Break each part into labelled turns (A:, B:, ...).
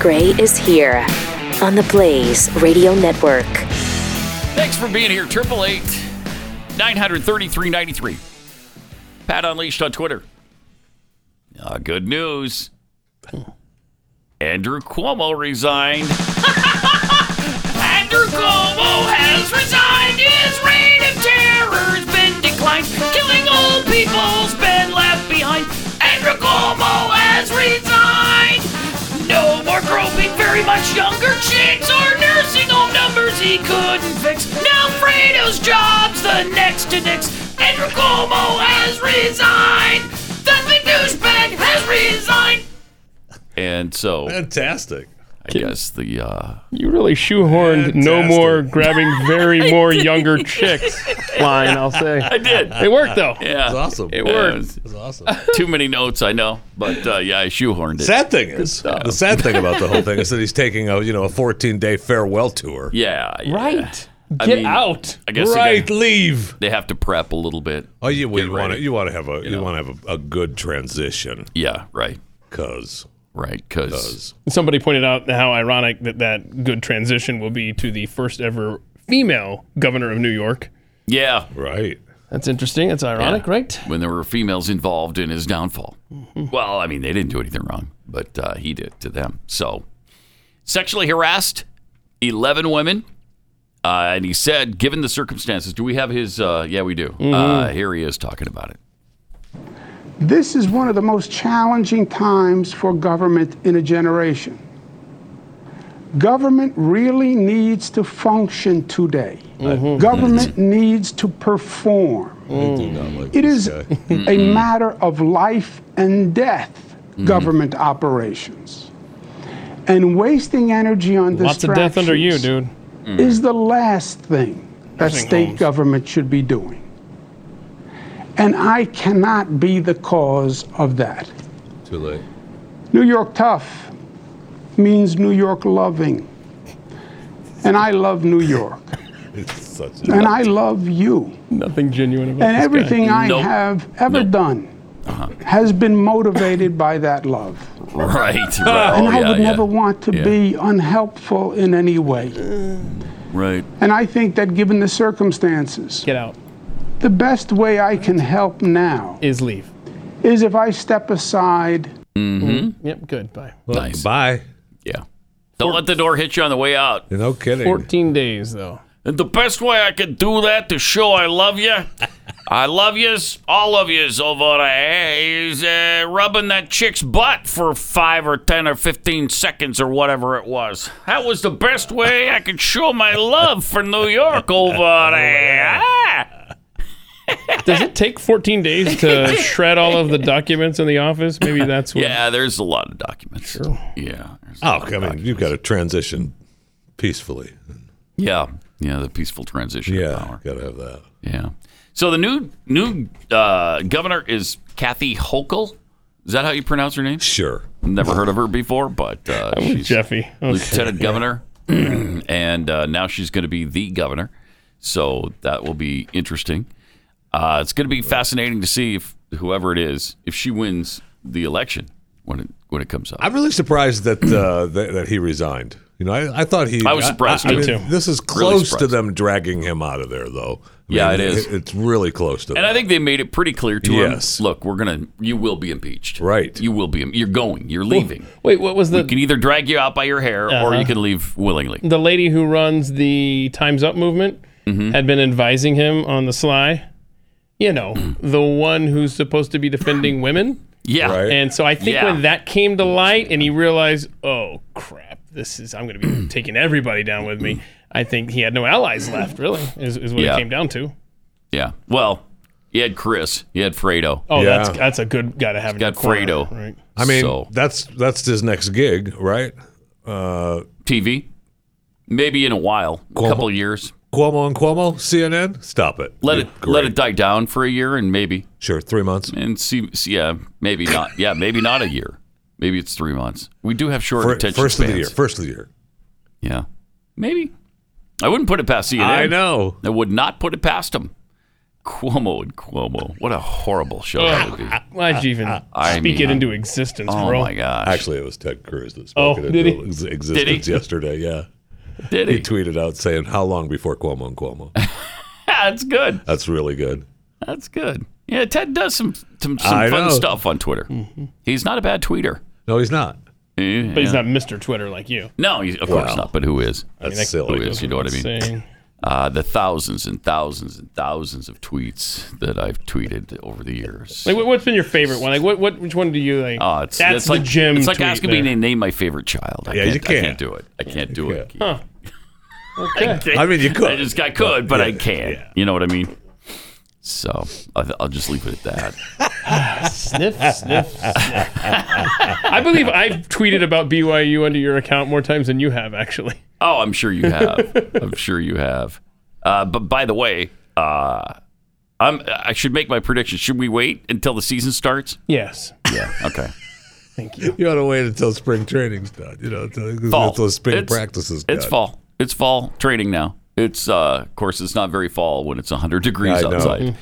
A: Gray is here on the Blaze Radio Network.
B: Thanks for being here. Triple eight, nine hundred thirty-three ninety-three. Pat Unleashed on Twitter. Uh, good news. Andrew Cuomo resigned. Andrew Cuomo has resigned. His reign of terror's been declined. Killing old people's been left behind. Andrew Cuomo has resigned. No more groping very much younger chicks or nursing home numbers he couldn't fix. Now Fredo's job's the next to next. Andrew Cuomo has resigned. The big douchebag has resigned. And so
C: Fantastic.
B: I guess the uh,
D: You really shoehorned no
C: Fantastic.
D: more grabbing very more younger chicks line, I'll say.
B: I did.
D: It worked though.
B: Yeah,
C: That's awesome. It
B: It worked.
C: That's awesome.
B: Too many notes, I know, but uh, yeah, I shoehorned it.
C: Sad thing is, the sad thing about the whole thing is that he's taking a you know a 14 day farewell tour.
B: yeah, yeah.
D: Right.
B: I
D: Get
B: mean,
D: out.
B: I guess they
C: right,
B: gotta-
C: leave.
B: They have to prep a little bit.
C: Oh, you
B: Get
C: you want to
B: ready.
C: you want to have a you, want to have a, a good transition
B: Yeah, right,
C: because
B: right, because
D: Somebody pointed out how ironic that that good transition will be to the first ever female governor of New York.
B: yeah,
C: right.
D: That's interesting. That's ironic,
B: Yeah.
D: right?
B: when there were females involved in his downfall. Well, I mean, they didn't do anything wrong, but uh, he did to them. So, sexually harassed 11 women. Uh, and he said, given the circumstances, do we have his? Uh, yeah, we do.
E: Mm-hmm.
B: Uh, here he is talking about it.
E: This is one of the most challenging times for government in a generation. Government really needs to function today.
D: Mm-hmm.
E: Government needs to perform. Mm. It is a
D: Mm-hmm.
E: matter of life and death, government operations. And wasting energy on
D: Lots of death under you, dude.
E: dude. is the last thing that
D: Nursing
E: state
D: homes.
E: government should be doing. And I cannot be the cause of that.
C: Too late.
E: New York tough means New York loving. And I love New York.
C: It's such
E: And
C: a,
E: I love you.
D: Nothing genuine about
E: And
D: this guy.
E: everything I
B: Nope.
E: have ever
B: Nope. Uh-huh.
E: done has been motivated by that love.
B: Right. right.
E: And
B: Oh,
E: I
B: yeah,
E: would
B: yeah.
E: never want to
B: Yeah.
E: be unhelpful in any way.
B: Right.
E: And I think that given the circumstances,
D: Get out.
E: the best way I can help now
D: Is leave.
E: is if I step aside
D: Yep, good. Bye.
C: Well,
B: Nice.
C: Bye.
B: Yeah. Don't let the door hit you on the way out.
C: No kidding.
D: 14 days though.
B: And the best way I can do that to show I love you, I love yous, all of yous over there, is uh, rubbing that chick's butt for five or ten or fifteen seconds or whatever it was. That was the best way I could show my love for New York over there. Ah!
D: Does it take 14 days to shred all of the documents in the office? Maybe that's what.
B: Yeah, there's a lot of documents. Yeah. there's a
C: Oh,
B: lot
C: I
B: of
C: mean,
B: documents.
C: you've got to transition peacefully.
B: Yeah. Yeah, the peaceful transition of
C: Yeah,
B: power.
C: got to have that.
B: Yeah. So the new new uh, governor is Kathy Hochul. Is that how you pronounce her name?
C: Sure.
B: Never heard of her before, but uh, she's
D: Jeffy. Okay.
B: lieutenant governor, and uh, now she's going to be the governor. So that will be interesting. Uh, it's going to be fascinating to see if whoever it is, if she wins the election when it when it comes up.
C: I'm really surprised that uh, that, that he resigned. You know, I, I thought he.
B: I was surprised,
C: I, I
B: me
C: mean,
D: too.
C: This is
B: Really
C: close to
B: surprised.
C: them dragging him out of there, though. I
B: Yeah, it is.
C: it's really close to.
B: and
C: that.
B: I think they made it pretty clear to
C: Yes.
B: him. Look, we're gonna, you will be impeached.
C: Right.
B: You will be. You're going. You're leaving.
D: Wait, what was the
B: You can either drag you out by your hair or
C: Uh-huh.
B: you can leave willingly.
D: the lady who runs the Times Up movement
B: Mm-hmm.
D: had been advising him on the sly. You know, the one who's supposed to be defending women.
B: Yeah.
C: Right.
D: And so I think
B: Yeah.
D: when that came to light and he realized, oh crap, this is I'm going to be taking everybody down with me. I think he had no allies left. Really, is, is what
B: Yeah.
D: it came down to.
B: Yeah. Well, he had Chris. He had Fredo.
D: Oh,
C: Yeah.
D: that's that's a good guy to have. in
B: got
D: your corner,
B: Fredo.
D: Right.
C: I mean,
B: So-
C: that's that's his next gig, right? Uh,
B: TV. Maybe in a while, a couple years.
C: Cuomo and Cuomo, CNN. Stop it.
B: Let
C: Yeah,
B: it
C: great.
B: let it die down for a year and maybe
C: Sure, three months.
B: and see. see, Yeah, maybe not. Yeah, maybe not a year. Maybe it's three months. We do have short
C: Fir-
B: attention
C: first of the year.
B: spans.
C: First of the year.
B: Yeah, maybe. I wouldn't put it past CNN.
C: I know.
B: I would not put it past him. Cuomo and Cuomo. What a horrible show that would be.
D: Why'd you even
B: I
D: speak
B: mean,
D: it into existence,
B: Oh
D: bro?
B: my gosh.
C: Actually, it was Ted Cruz that spoke
D: Oh,
C: it
D: did
C: into
D: he?
C: ex- existence yesterday. Yeah,
B: Did
C: he
B: he?
C: tweeted out saying, "How long before Cuomo and Cuomo?"
B: That's good.
C: That's really good.
B: That's good. Yeah, Ted does some some, some
C: I
B: fun
C: know. Mm-hmm.
B: stuff on Twitter. He's not a bad tweeter.
C: No, he's not.
D: But he's not Mr. Twitter like you.
B: No, he's, of course
C: Wow.
B: not. But who is?
C: That's
D: that
B: Who
C: silly.
B: is? You know what I mean?
D: Saying,
B: Uh, the thousands and thousands and thousands of tweets that I've tweeted over the years.
D: like, what- what's been your favorite one? Like, what, what which one do you like?
B: Oh, it's,
D: that's
B: that's
D: the
B: like
D: gym.
B: It's like
D: tweet
B: asking
D: there.
B: me to name my favorite child. I
C: Yeah,
B: can't,
C: you
B: I can't
C: can't.
B: do it. I can't do it. Keith.
D: Okay.
C: I mean, you could.
B: I just I could, but I
C: yeah,
B: can't.
C: yeah.
B: You know what I mean? So I'll, I'll just leave it at that.
D: sniff, sniff, sniff. I believe I've tweeted about BYU under your account more times than you have, actually.
B: Oh, I'm sure you have. I'm sure you have. Uh, but by the way, uh, I'm, I should make my prediction. Should we wait until the season starts?
D: Yes.
B: Yeah. Okay.
D: Thank you.
C: You ought to wait until spring training's done. You know, until,
B: Fall.
C: until spring
B: It's-
C: practices.
B: It's
C: done.
B: fall. It's fall training now. It's uh, of course it's not very fall when it's 100 degrees
C: I know.
B: outside.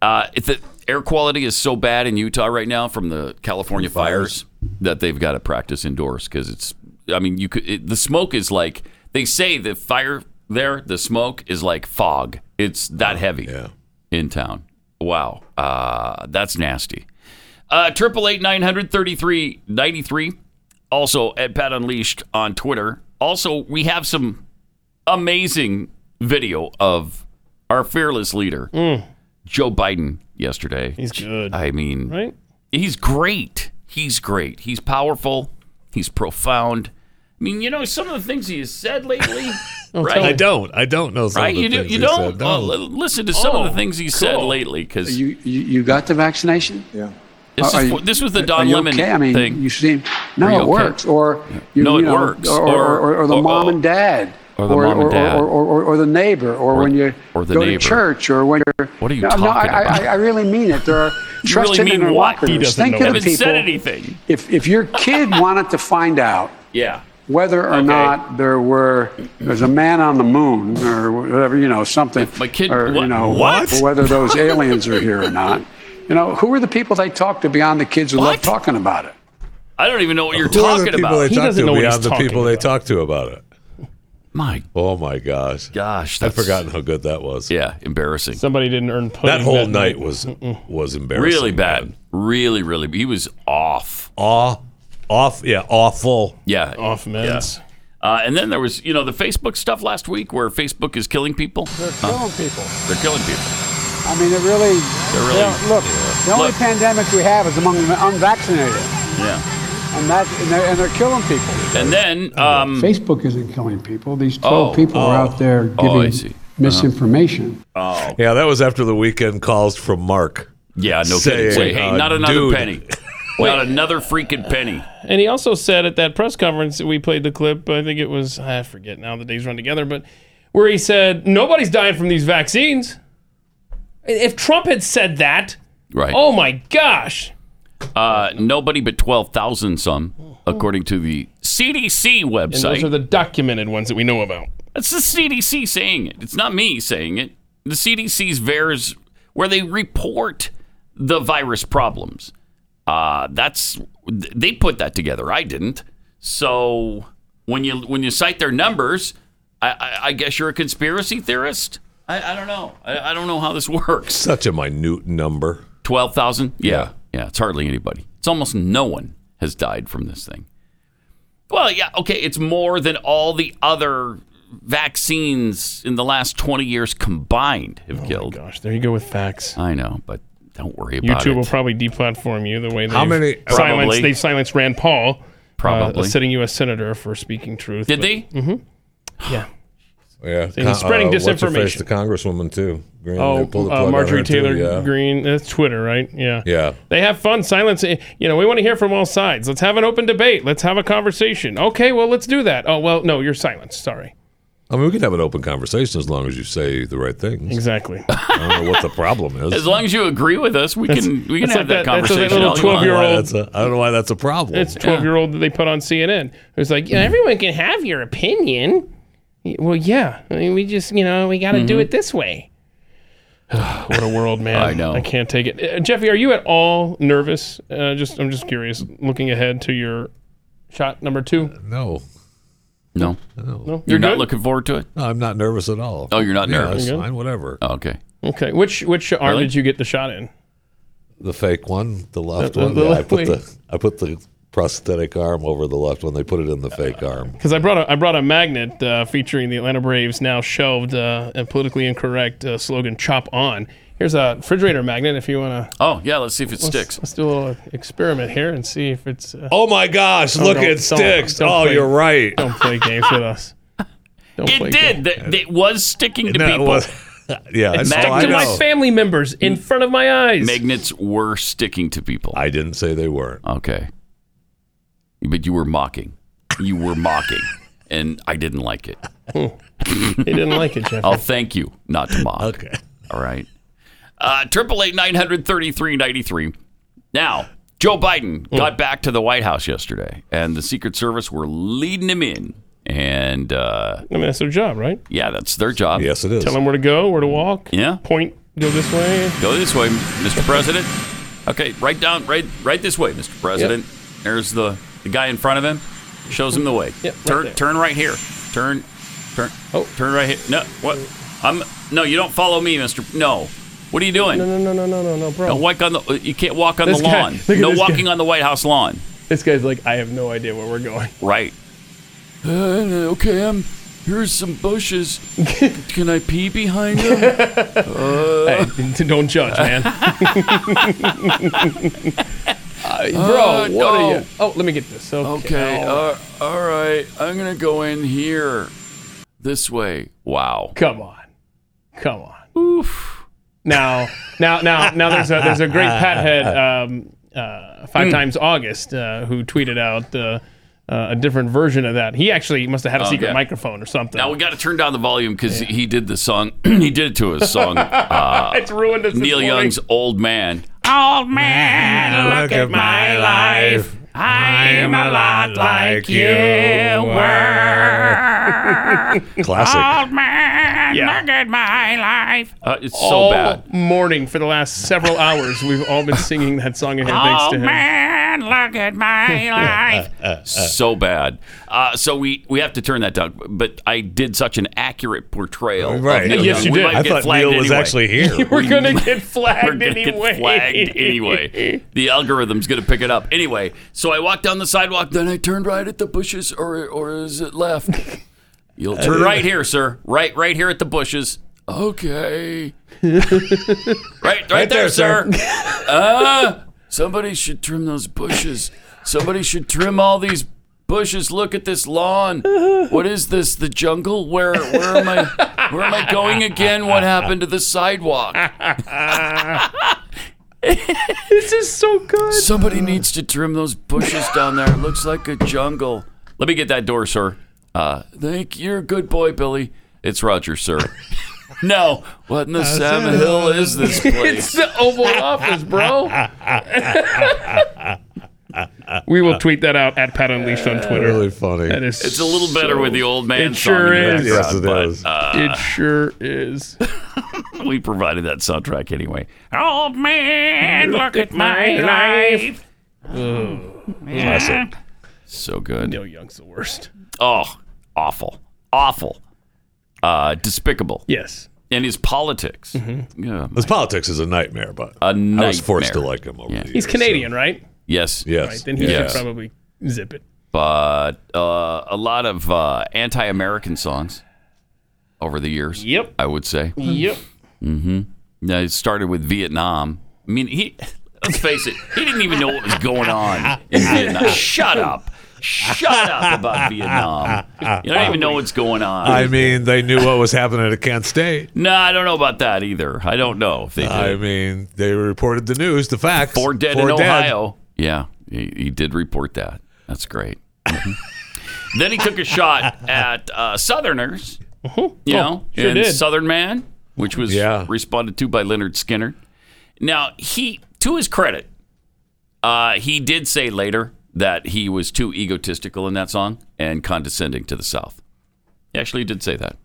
B: Uh, it, the air quality is so bad in Utah right now from the California fires, that they've got to practice indoors because it's. I mean, you could it, the smoke is like they say the fire there. The smoke is like fog. It's that heavy
C: yeah.
B: in town. Wow, uh, that's nasty. Uh, Triple eight nine hundred thirty three ninety three. Also at Pat Unleashed on Twitter. Also, we have some amazing video of our fearless leader,
F: Hmm.
B: Joe Biden, yesterday.
D: He's good.
B: I mean,
D: right?
B: he's great. He's great. He's powerful. He's profound. I mean, you know, some of the things he has said lately, right?
C: I don't. I don't know. Some
B: Right?
C: Of the
B: You, do,
C: things
B: you
C: he
B: don't
C: said.
B: well,
C: No.
B: li- listen to some of the
D: Oh,
B: things he said
D: cool.
B: lately because
F: You, you you got the vaccination? Yeah.
B: this,
F: are
B: is
F: you-
B: this was the
F: are
B: Don
F: you
B: Lemon
F: okay? I mean,
B: thing.
F: you seem no,
B: Are you
F: it
B: okay?
F: works. Or you,
B: No,
F: you
B: it
F: know,
B: works.
F: Or or, or, or the
B: Or-
F: mom and dad.
B: or the mom and dad.
F: Or, or, or, or the neighbor, or, when you
B: or the
F: go
B: neighbor.
F: to church, or when you're.
B: What are you
F: no, no,
B: talking
F: I,
B: about?
F: I, I really mean it. There are trusted
B: mean what? He
F: interlocutors.
D: doesn't
F: Think
D: know.
F: of the
B: haven't said
F: people.
B: anything.
F: If if your kid wanted to find out
B: Yeah.
F: whether or
B: Okay.
F: not there were there's a man on the moon or whatever you know something
B: My kid-
F: or
B: what-
F: you know
B: what?
F: or whether those aliens are here or not you know who are the people they talk to beyond the kids who love
B: What?
F: talking about it
B: I don't even know what you're
C: Who are the
B: talking
C: people
B: about.
C: They
D: He
C: talk
D: doesn't
C: to
D: know what
C: beyond
D: he's
C: the
D: talking
C: people they
D: about.
C: talk to about it.
B: My
C: Oh my gosh.
B: gosh,
C: I've
B: that's
C: forgotten how good that was.
B: Yeah, embarrassing.
D: Somebody didn't earn pudding.
C: That whole night was was embarrassing.
B: really bad.
C: man.
B: Really, really. He was off.
C: Aw, off. Yeah, awful.
B: Yeah.
D: Off meds.
B: Uh, and then there was, you know, the Facebook stuff last week where Facebook is killing people.
F: killing people
B: They're killing people.
F: i mean it really,
B: They're really.
F: you know, look the only
B: Look.
F: pandemic we have is among the unvaccinated
B: Yeah.
F: and that and they're, and they're killing people
B: And then, um,
E: Facebook isn't killing people. These
B: 12 Oh, people
E: are out there
B: Oh, I giving see. Uh-huh.
E: misinformation.
C: Yeah, that was after the weekend calls from Mark.
B: yeah, no
C: Saying,
B: kidding. Say, hey,
C: uh,
B: not another
C: dude.
B: penny. not another freaking penny.
D: And he also said at that press conference that we played the clip, I think it was, I forget now, the days run together, but where he said, nobody's dying from these vaccines. If Trump had said that,
B: Right.
D: oh my gosh.
B: Uh, nobody but 12,000 some, according to the CDC
D: And
B: website.
D: those are the documented ones that we know about.
B: That's the CDC saying it. It's not me saying it. The CDC's VAERS, where they report the virus problems. Uh, that's they put that together. I didn't. So when you when you cite their numbers, I, I, I guess you're a conspiracy theorist. I, I don't know. I, I don't know how this works.
C: Such a minute number.
B: Twelve thousand? Yeah, yeah. It's hardly anybody. It's almost no one has died from this thing. Well, yeah, okay. It's more than all the other vaccines in the last twenty years combined
D: Oh
B: have killed.
D: Gosh, there you go with facts.
B: I know, but don't worry about
D: YouTube will
B: it.
D: probably deplatform you the way they've,
C: How many-
B: Probably.
D: silenced, they've silenced Rand Paul, uh,
B: Probably.
D: a sitting U.S. senator, for speaking truth.
B: Did
D: but-
B: they?
D: Yeah.
C: Yeah, uh,
D: he's spreading
C: what's her face?
D: disinformation.
C: The congresswoman too. Green, they
D: Oh,
C: pulled the plug
D: uh,
C: on
D: Marjorie
C: her, too,
D: Taylor
C: yeah.
D: Green. That's Twitter, right? Yeah.
C: Yeah,
D: They have fun silence. You know, we want to hear from all sides. Let's have an open debate. Let's have a conversation. Okay, well, let's do that. Oh, well, no, you're silenced. Sorry.
C: I mean we can have an open conversation as long as you say the right things.
D: Exactly.
C: I don't know what the problem is.
B: As long as you agree with us, we can we can
D: that's
B: have
D: like that-
B: that,
D: that's like that
B: conversation.
D: little
B: all you
D: 12-year-old
B: want.
C: Why that's a, I don't know why that's a problem.
D: it's a 12 year old that they put on CNN who's like, yeah, everyone can have your opinion. Y- Well, yeah. I mean, we just, you know, we got to do it this way. Mm-hmm. what a world, man!
B: I know.
D: I can't take it. Uh, Jeffy, are you at all nervous? Uh, just, I'm just curious. Looking ahead to your shot number two.
C: No,
B: No,
D: No,
B: you're not
D: good?
B: looking forward to it.
C: no, I'm not nervous at all.
B: Oh, you're not
C: Yeah,
B: nervous.
C: it's fine, whatever.
B: Oh, okay.
D: Okay, which which arm
B: Really?
D: did you get the shot in?
C: The fake one, the left
D: The- the
C: one. yeah, I
D: left
C: put
D: wing.
C: the I put the prosthetic arm over the left one. They put it in the fake arm.
D: Because I brought a I brought a magnet uh, featuring the Atlanta Braves now shelved uh, and politically incorrect uh, slogan "Chop On." Here's a refrigerator magnet. If you want to,
B: Oh yeah, let's see if it sticks.
D: let's do a little experiment here and see if it's. Uh,
C: Oh my gosh! Look,
D: don't-
C: it
D: don't-
C: sticks.
D: don't
C: oh,
D: play-
C: you're right.
D: don't play games with us. Don't play games.
B: It did. That, that was sticking to
C: That
B: people.
C: was- yeah, I,
B: stuck
C: know, Oh, I
D: to my
C: know.
D: family members in front of my eyes.
B: Magnets were sticking to people.
C: I didn't say they weren't.
B: Okay. But you were mocking. You were mocking. And I didn't like it.
D: He didn't like it, Jeff.
B: I'll thank you not to mock.
C: Okay.
B: All right. Uh, Triple eight nine hundred thirty three ninety three. Now, Joe Biden got back to the White House yesterday, and the Secret Service were leading him in. And uh,
D: I mean, that's their job, right?
B: yeah, that's their job.
C: Yes, it is.
D: Tell them where to go, where to walk.
B: Yeah.
D: Point, go this way.
B: Go this way, Mr. President. Okay, right down, right, right this way, Mr. President. There's the, the guy in front of him. Shows him the way.
D: Yep, right
B: turn,
D: there.
B: turn right here. Turn, turn.
D: Oh.
B: turn right here. No, what? I'm no. You don't follow me, Mister. No. What are you doing?
D: No, no, no, no, no, no, no, bro.
B: Don't walk on the. You can't walk on
D: This
B: the
D: guy-
B: lawn.
D: look at
B: no
D: this guy.
B: walking on the White House lawn.
D: This guy's like, I have no idea where we're going.
B: Right. Uh, okay, I'm. Here's some bushes. Can I pee behind them? Uh.
D: Hey, don't judge, man. Uh, bro,
B: Uh,
D: what
B: no.
D: are you? Oh, let me get this. Okay.
B: Uh, all right. I'm gonna go in here. This way. Wow.
D: Come on. Come on. Oof. Now, now, now, now. There's a there's a great pathead. Um, uh, five times August, uh, who tweeted out uh, uh, a different version of that. He actually must have had a secret
B: yeah.
D: microphone or something.
B: Now we got to turn down the volume because he did the song. he did it to his song. Uh,
D: it's ruined us. this
B: Neil
D: morning.
B: Young's "Old Man."
G: Old man,
C: Look at my life.
G: I'm a lot like you
C: were. Classic.
B: "Ah,
G: Old man,
D: Yeah.
G: look at my life.
B: Uh, it's so
D: all
B: bad.
D: morning for the last several hours. We've all been singing that song in here. Thanks
B: Oh,
G: Old
D: to him.
G: man, look at my life.
B: Uh, so bad. Uh, so we, we have to turn that down. But I did such an accurate portrayal. of
C: Right.
B: Neil
D: Yes,
B: Young.
D: you
B: We
D: did.
B: might
C: I
B: get
C: thought
B: flagged
C: Neil was
B: anyway.
C: actually here.
D: We're gonna get
B: We're
D: flagged
B: gonna
D: anyway.
B: get flagged anyway. The algorithm's gonna pick it up anyway. So I walked down the sidewalk, then I turned right at the bushes, or or is it left? You'll
C: Uh,
B: turn right here, sir. Right, right here at the bushes. Okay. right, right, there,
C: there,
B: sir. Uh,
C: sir.
B: Somebody should trim those bushes. Somebody should trim all these bushes. Look at this lawn. What is this? The jungle? Where where am I where am I going again? What happened to the sidewalk?
D: This is so good.
B: Somebody needs to trim those bushes down there. It looks like a jungle. Let me get that door, sir. Uh, thank you're a good boy, Billy. It's Roger, sir. no. What in the Sam Hill is this
D: It's
B: place?
D: the Oval Office, bro. we will tweet that out at Pat Unleashed on Twitter.
C: really funny.
D: That is
B: It's a little better with the old man
D: It
B: song
D: sure
B: in the
D: is.
C: yes,
B: background,
C: it
B: but, uh,
C: is.
D: it sure is.
B: we provided that soundtrack anyway.
G: Old man, look at my life.
C: Classic.
B: So good.
D: Neil Young's the worst.
B: Oh, awful, awful, uh, despicable,
D: Yes.
B: and his politics.
G: Mm-hmm.
B: Yeah,
C: His politics is a nightmare, but I was forced to
B: nightmare.
C: like him over
B: Yeah.
C: the
D: He's
C: years, so-
D: Canadian, right?
B: yes,
C: Yes.
D: Right. Then he
B: Yes.
D: should probably zip it.
B: but uh, a lot of uh, anti-American songs over the years.
D: Yep.
B: I would say.
D: Yep.
B: Now, it started with Vietnam. I mean, he. Let's face it, he didn't even know what was going on in Vietnam. Shut up. Shut up about Vietnam. You don't even know what's going on.
C: I mean, they knew what was happening at Kent State.
B: no, I don't know about that either. I don't know if they did.
C: I mean, they reported the news, the facts.
B: Four dead
C: Four
B: in Ohio. Yeah, he, he did report that. That's great. Mhm. then he took a shot at uh, Southerners, you know,
D: sure
B: and
D: did.
B: Southern Man, which was
C: Oh, Yeah.
B: responded to by Leonard Skinner. Now he, to his credit, uh, he did say later that he was too egotistical in that song and condescending to the South. He actually did say that.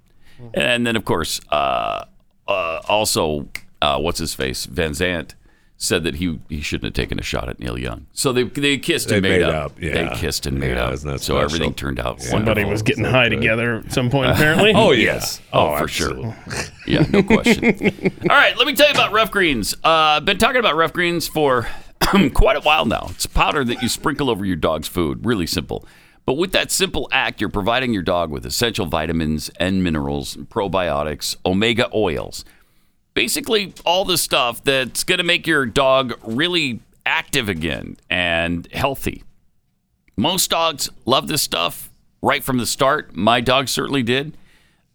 B: And then, of course, uh, uh, also uh, what's his face, Van Zant, said that he he shouldn't have taken a shot at Neil Young. So they they kissed and
C: They
B: made,
C: made
B: up.
C: up, yeah.
B: They kissed and made
C: Yeah,
B: up.
C: isn't that
B: so
C: special?
B: everything turned out.
D: Somebody
B: wonderful.
D: was getting high together at some point, apparently.
C: Oh yes.
B: Oh, for sure. Yeah, no question. All right, let me tell you about rough greens. Uh, been talking about rough greens for quite a while now. It's powder that you sprinkle over your dog's food. Really simple. But with that simple act, you're providing your dog with essential vitamins and minerals, probiotics, omega oils basically all the stuff that's going to make your dog really active again and healthy. Most dogs love this stuff right from the start. My dog certainly did.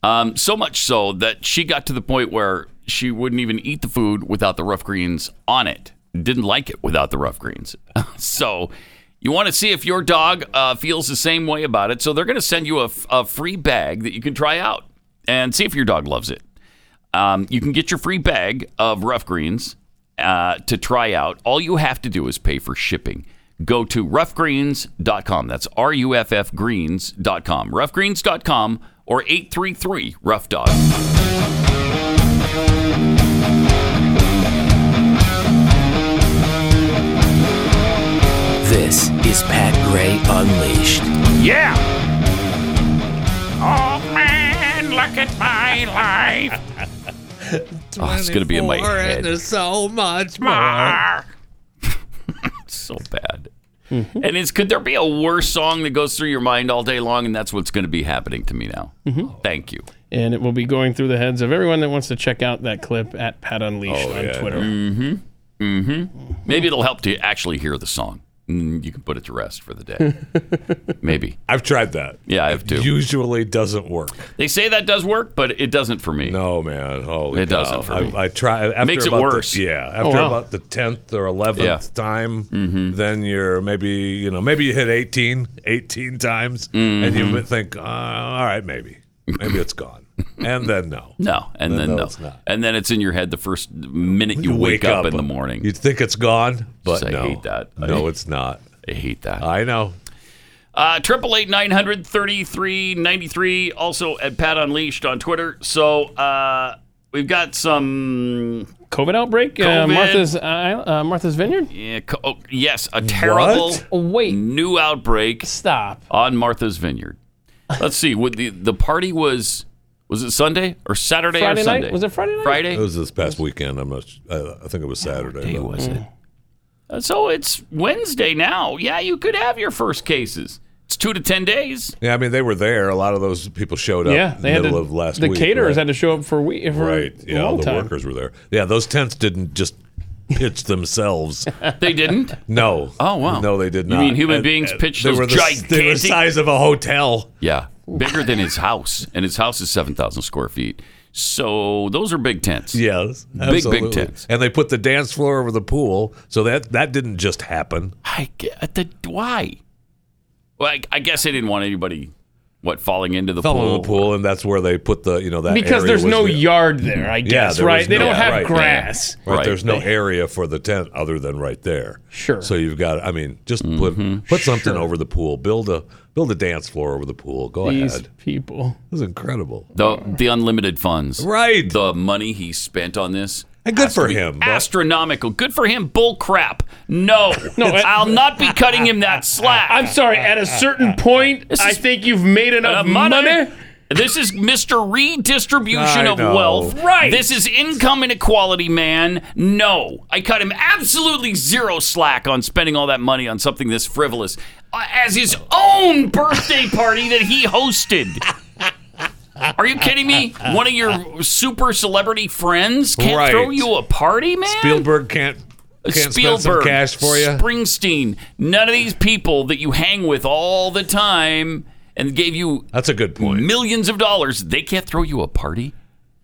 B: Um, so much so that she got to the point where she wouldn't even eat the food without the rough greens on it. Didn't like it without the rough greens. so you want to see if your dog uh, feels the same way about it. So they're going to send you a, f- a free bag that you can try out and see if your dog loves it. Um, you can get your free bag of rough greens uh, to try out. All you have to do is pay for shipping. Go to roughgreens.com. That's R U F F greens.com. Roughgreens.com or 833 Rough Dog.
H: This is Pat Gray Unleashed.
G: Yeah. Oh man, look at my life.
B: Oh, it's going to be in my head.
C: There's so much
D: Ah.
G: Arr.
B: so bad. Mm-hmm. And is could there be a worse song that goes through your mind all day long? And that's what's going to be happening to me now. Thank you.
D: And it will be going through the heads of everyone that wants to check out that clip at Pat Unleashed
C: Oh,
D: on Twitter.
B: Maybe it'll help to actually hear the song. Mm, You can put it to rest for the day. Maybe.
C: I've tried that.
B: Yeah, I have too.
C: Usually doesn't work.
B: They say that does work, but it doesn't for me.
C: No man. Holy
B: It
C: cow.
B: doesn't for
C: I,
B: me.
C: I try. After
B: Makes it
C: about the-
B: worse. Oh,
C: yeah. After
D: wow.
C: about the tenth or eleventh
B: Yeah. Mm-hmm.
C: time, then you're maybe you know maybe you hit 18, 18 times, and you
B: Mm-hmm.
C: would think, uh, all right, maybe maybe it's gone, and then no.
B: No, and then
C: no,
B: no,
C: it's not.
B: and then it's in your head the first minute you, wake, up, in the morning.
C: You'd think it's gone, but
B: Just, I
C: no.
B: hate that.
C: No, it's not.
B: I hate that. Uh,
C: I know.
B: Triple eight nine hundred thirty three ninety three. Also at Pat Unleashed on Twitter. So uh, we've got some.
D: COVID outbreak? Uh,
B: COVID.
D: Martha's, uh, uh, Martha's Vineyard?
B: Yeah, co- oh, yes, a terrible
D: Oh, wait.
B: new outbreak
D: Stop.
B: on Martha's Vineyard. Let's see. What the the party was? Was it Sunday or Saturday
D: Friday
B: or
D: night?
B: Sunday?
D: Was it Friday night?
B: Friday.
C: It was this past weekend. I'm not. I, I think it was Saturday.
B: day
C: but-
B: was it? Uh, So it's Wednesday now. Yeah, you could have your first cases. It's two to ten days.
C: Yeah, I mean they were there. A lot of those people showed up.
D: Yeah, they
C: in the
D: had
C: middle
D: to,
C: of last
D: the
C: week.
D: caterers
C: right?
D: had to show up for a week. For
C: Right.
D: a
C: Yeah, all
D: long
C: the
D: time.
C: workers were there. Yeah, those tents didn't just pitch themselves.
B: They didn't.
C: No.
B: Oh, wow.
C: No, they did
B: You
C: not.
B: mean human beings pitched
C: they
B: those
C: were the, s- They were the
B: gigantic-
C: size of a hotel.
B: yeah, bigger than his house, and his house is seven thousand square feet. So those are big tents.
C: Yes.
B: big
C: absolutely.
B: tents.
C: And they put the dance floor over the pool, so that that didn't just happen.
B: I get the why. Well, I, I guess they didn't want anybody what falling into the
C: Fell
B: pool.
C: in the pool, and that's where they put the you know that
D: Because
C: area
D: there's
C: was
D: no
C: the-
D: yard there, I guess,
C: there
D: right?
C: was
D: They
C: no-
D: don't have
C: right, yeah.
D: grass.
C: Right,
B: Right.
C: there's no area for the tent other than right there.
D: Sure.
C: So you've got, I mean, just
B: Mm-hmm.
C: put put something over the pool. Build a build a dance floor over the pool. Go
D: These
C: ahead.
D: people.
C: This is incredible.
B: The the unlimited funds.
C: Right.
B: The money he spent on this.
C: And good
B: has to
C: for
B: be
C: him, but-
B: Astronomical. Good for him. Bull crap. No. no.
D: it-
B: I'll not be cutting him that slack.
D: I'm sorry. At a certain point, I
B: is-
D: think you've made enough
B: Enough
D: money.
B: Uh, This is Mr. Redistribution
C: I
B: of
C: know.
B: Wealth.
D: Right.
B: This is income inequality, man. No. I cut him absolutely zero slack on spending all that money on something this frivolous uh, as his own birthday party that he hosted. Are you kidding me? One of your super celebrity friends can't
C: Right.
B: throw you a party, man?
C: Spielberg can't can't spend some
B: Spielberg,
C: cash for you.
B: Springsteen, none of these people that you hang with all the time and gave you
C: That's a good point.
B: millions of dollars. They can't throw you a party?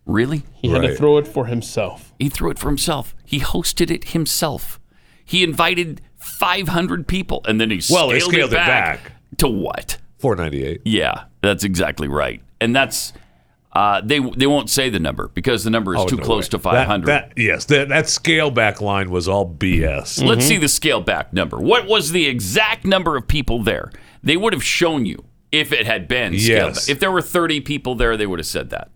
B: Really?
D: He had to
C: Right.
D: throw it for himself.
B: He threw it for himself. He hosted it himself. He invited 500 people and then he
C: Well,
B: scaled,
C: they scaled it
B: it, back
C: back.
B: to what?
C: 498.
B: Yeah, that's exactly right. And that's uh, they they won't say the number because the number is too
C: Oh, no
B: close
C: way.
B: to 500.
C: That, that, yes, that, that scale back line was all BS.
B: Let's see the scale back number. What was the exact number of people there? They would have shown you if it had been scaled
C: Yes.
B: back. If there were 30 people there, they would have said that.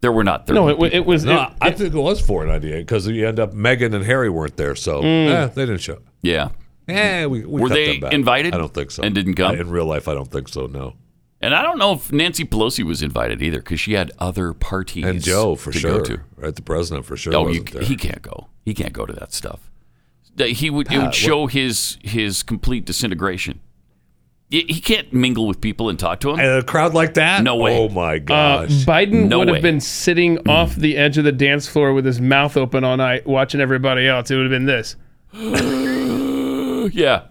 B: There were not 30.
D: No, it, wa- it was.
C: No,
D: it-
C: I think it was 498 because you end up Megan and Harry weren't there, so eh, they didn't show.
B: yeah.
C: Eh, we, we
B: Mm. Were
C: cut
B: they
C: them back.
B: invited
C: I don't think so.
B: and didn't come?
C: I- in real life. I don't think so. No.
B: And I don't know if Nancy Pelosi was invited either because she had other parties.
C: And Joe for
B: to
C: sure.
B: Go to.
C: Right, the president for sure.
B: Oh, you,
C: wasn't there.
B: he can't go. He can't go to that stuff. That He would. It would show his his complete disintegration. He he can't mingle with people and talk to them.
C: And a crowd like that?
B: No way.
C: Oh my
D: uh,
C: gosh.
D: Biden
B: No
D: would
B: way.
D: have been
C: Mm.
D: sitting off the edge of the dance floor with his mouth open all night, watching everybody else. It would have been this.
B: yeah.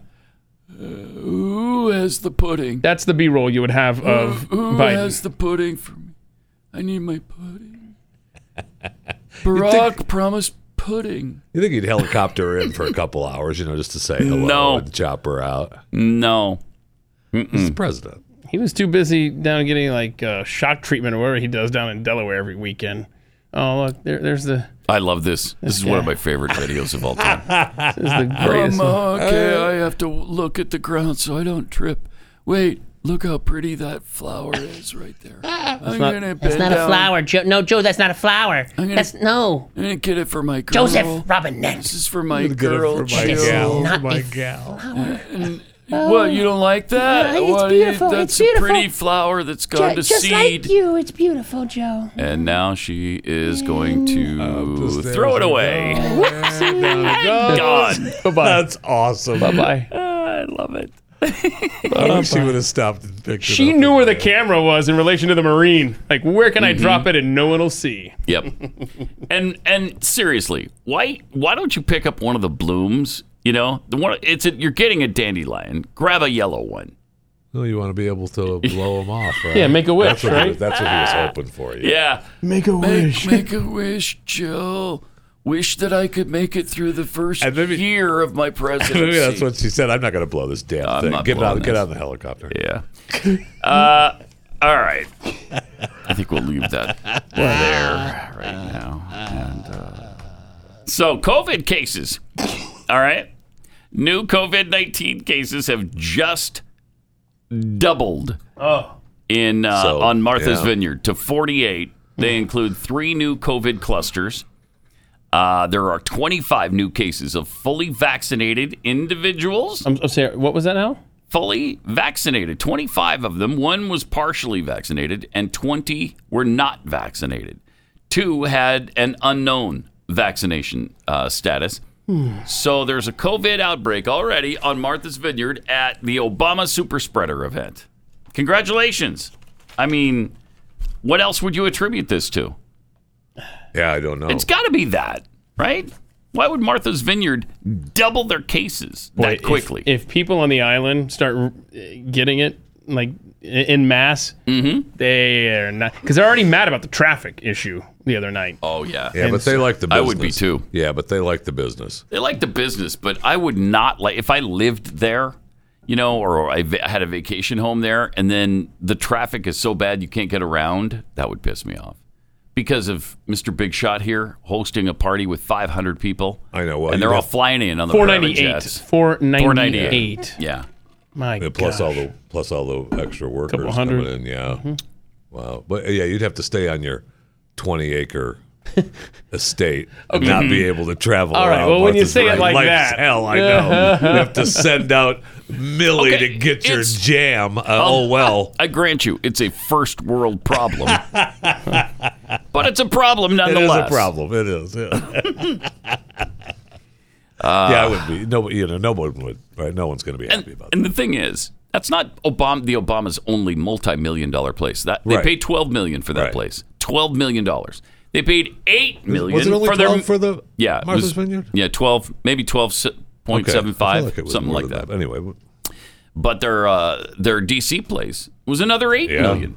B: who has the pudding?
D: That's the B-roll you would have of Biden.
B: the pudding for me? I need my pudding. Barack promised pudding.
C: you think he'd helicopter her in for a couple hours, you know, just to say hello
B: No.
C: and chop her out?
B: No.
C: He's the president.
D: He was too busy down getting like uh, shock treatment or whatever he does down in Delaware every weekend. Oh look, there, there's the
B: I love this. This is one of my favorite videos of all time.
D: there's the greatest. one.
B: okay, I have to look at the ground so I don't trip. Wait, look how pretty that flower is right there. I'm gonna
I: That's not a flower, Joe. No, Joe, that's not a flower.
B: gonna-
I: That's no.
B: I'm gonna get it for my girl.
I: Joseph Robinette.
B: This is for my
C: Get it
B: girl.
C: for my
I: It's
C: gal.
I: not a
B: What? You don't like that?
I: Oh, it's
B: What do you-
I: beautiful,
B: That's
I: it's beautiful.
B: a pretty flower that's gone
I: flower.
B: to
I: Just
B: seed.
I: like you, it's beautiful, Joe.
B: And now she is going to
C: the
B: throw
C: stairs
B: it
C: Oh, we
B: away. God.
D: Bye-bye.
C: That's awesome.
D: Bye-bye.
I: Oh,
B: I love it.
C: I wish she would have stopped and picked it
D: She
C: up.
D: knew where the camera was in relation to the Marine. Like, where can I drop it and no one will see?
B: Yep. and and seriously, why why don't you pick up one of the blooms? You know, the one it's a, you're getting a dandelion. Grab a yellow one.
C: No, you want to be able to blow him off, right?
D: Yeah, make a wish,
C: That's what, he,
D: right?
C: that's what he was hoping for. Yeah.
B: Yeah.
D: Make a wish.
B: Make a wish, Jill. Wish that I could make it through the first
C: And maybe-
B: year of my presidency.
C: Maybe that's what she said. I'm not going to blow this damn
B: I'm
C: thing.
B: not
C: Get out,
B: blowing
C: get
B: this.
C: out of the helicopter.
B: Yeah. Uh, all right. I think we'll leave that there right now. And, uh, so, COVID cases. All right. New COVID 19 cases have just doubled in uh,
C: So,
B: on Martha's
C: yeah.
B: Vineyard to 48. They include three new COVID clusters. Uh, there are 25 new cases of fully vaccinated individuals
D: I'm, I'm sorry, what was that now?
B: fully vaccinated. 25 of them, one was partially vaccinated, and 20 were not vaccinated. Two had an unknown vaccination uh, status. So there's a COVID outbreak already on Martha's Vineyard at the Obama Super Spreader event. Congratulations. I mean, what else would you attribute this to?
C: Yeah, I don't know.
D: Oh.
B: It's got to be that, right? Why would Martha's Vineyard double their cases
D: Boy,
B: that quickly?
D: If, if people on the island start uh, getting it like i- in mass,
B: Mm-hmm.
D: they are not because they're already mad about the traffic issue the other night.
B: oh, yeah.
C: yeah, but they like the
B: I
C: business.
B: would be too.
C: Yeah, but they like the business.
B: They like the business, but I would not like if I lived there, you know, or I va- had a vacation home there, and then the traffic is so bad you can't get around. That would piss me off because of Mr. Big Shot here hosting a party with 500 people.
C: I know, well,
B: and
C: you
B: they're all
C: have-
B: flying in on the private
D: 498.
B: jets.
D: 498.
B: Yeah,
D: My
C: Yeah,
D: God.
C: plus all the plus all the extra workers
D: hundred.
C: coming in. Yeah.
B: Mm-hmm.
C: Wow. But uh, yeah, you'd have to stay on your 20 acre estate and not be able to travel.
D: All right,
C: around
D: well, when you
C: Martha's
D: say it
C: Vineyard.
D: like
C: Life's
D: that.
C: hell, I know. you have to send out Millie
B: Okay,
C: to get your
B: it's-
C: jam. Uh, oh well.
B: I grant you, it's a first world problem, but it's a problem
C: It is
B: nonetheless.
C: a problem. It is. Yeah, yeah I wouldn't be. No, you know, no one would. Right? No one's going to be happy about
B: Uh, And the thing is, that's not Obama. The Obama's only multi-million dollar place. That they
C: Right.
B: paid twelve million for that
C: Right.
B: place. Twelve million dollars. They paid eight
C: that.
B: million
C: Was it only
B: for
C: 12
B: their
C: for the
B: yeah it
C: Martha's
B: was-
C: Vineyard?
B: Yeah, twelve, maybe twelve point
C: Okay. I
B: seven
C: feel
B: five,
C: it was
B: something
C: more
B: like
C: than
B: that.
C: Anyway, w-
B: But their uh, their DC place was another eight
C: Yeah.
B: million,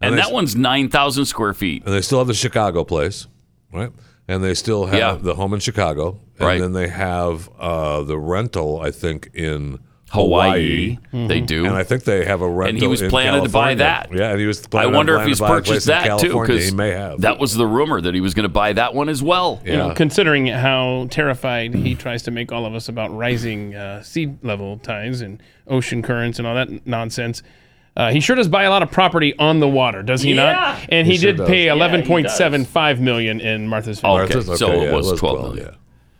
B: and,
C: And they
B: that
C: s-
B: one's nine thousand square feet.
C: and they still have the Chicago place, right? And they still have
B: Yeah.
C: the home in Chicago, and
B: Right.
C: then they have uh, the rental, I think, in
B: Hawaii,
C: Hawaii. Mm-hmm.
B: they do.
C: And I think they have a rental.
B: And he was
C: in
B: planning to buy
C: California.
B: that.
C: Yeah, and he was.
B: I
C: Planning on
B: wonder if
C: planning
B: he's
C: to buy a
B: purchased
C: place in
B: that too,
C: California.
B: because
C: he may have.
B: that was the rumor that he was going to buy that one as well.
D: You know,
C: Yeah.
D: considering how terrified he tries to make all of us about rising uh, sea level tides and ocean currents and all that nonsense, Uh, he sure does buy a lot of property on the water, does he
B: Yeah.
D: not? And he,
C: He sure
D: did
C: does.
D: pay
C: Yeah,
B: he does.
D: 11.75 million in Martha's Vineyard.
B: Okay,
C: That's
B: so it was 12
C: 12,
B: million.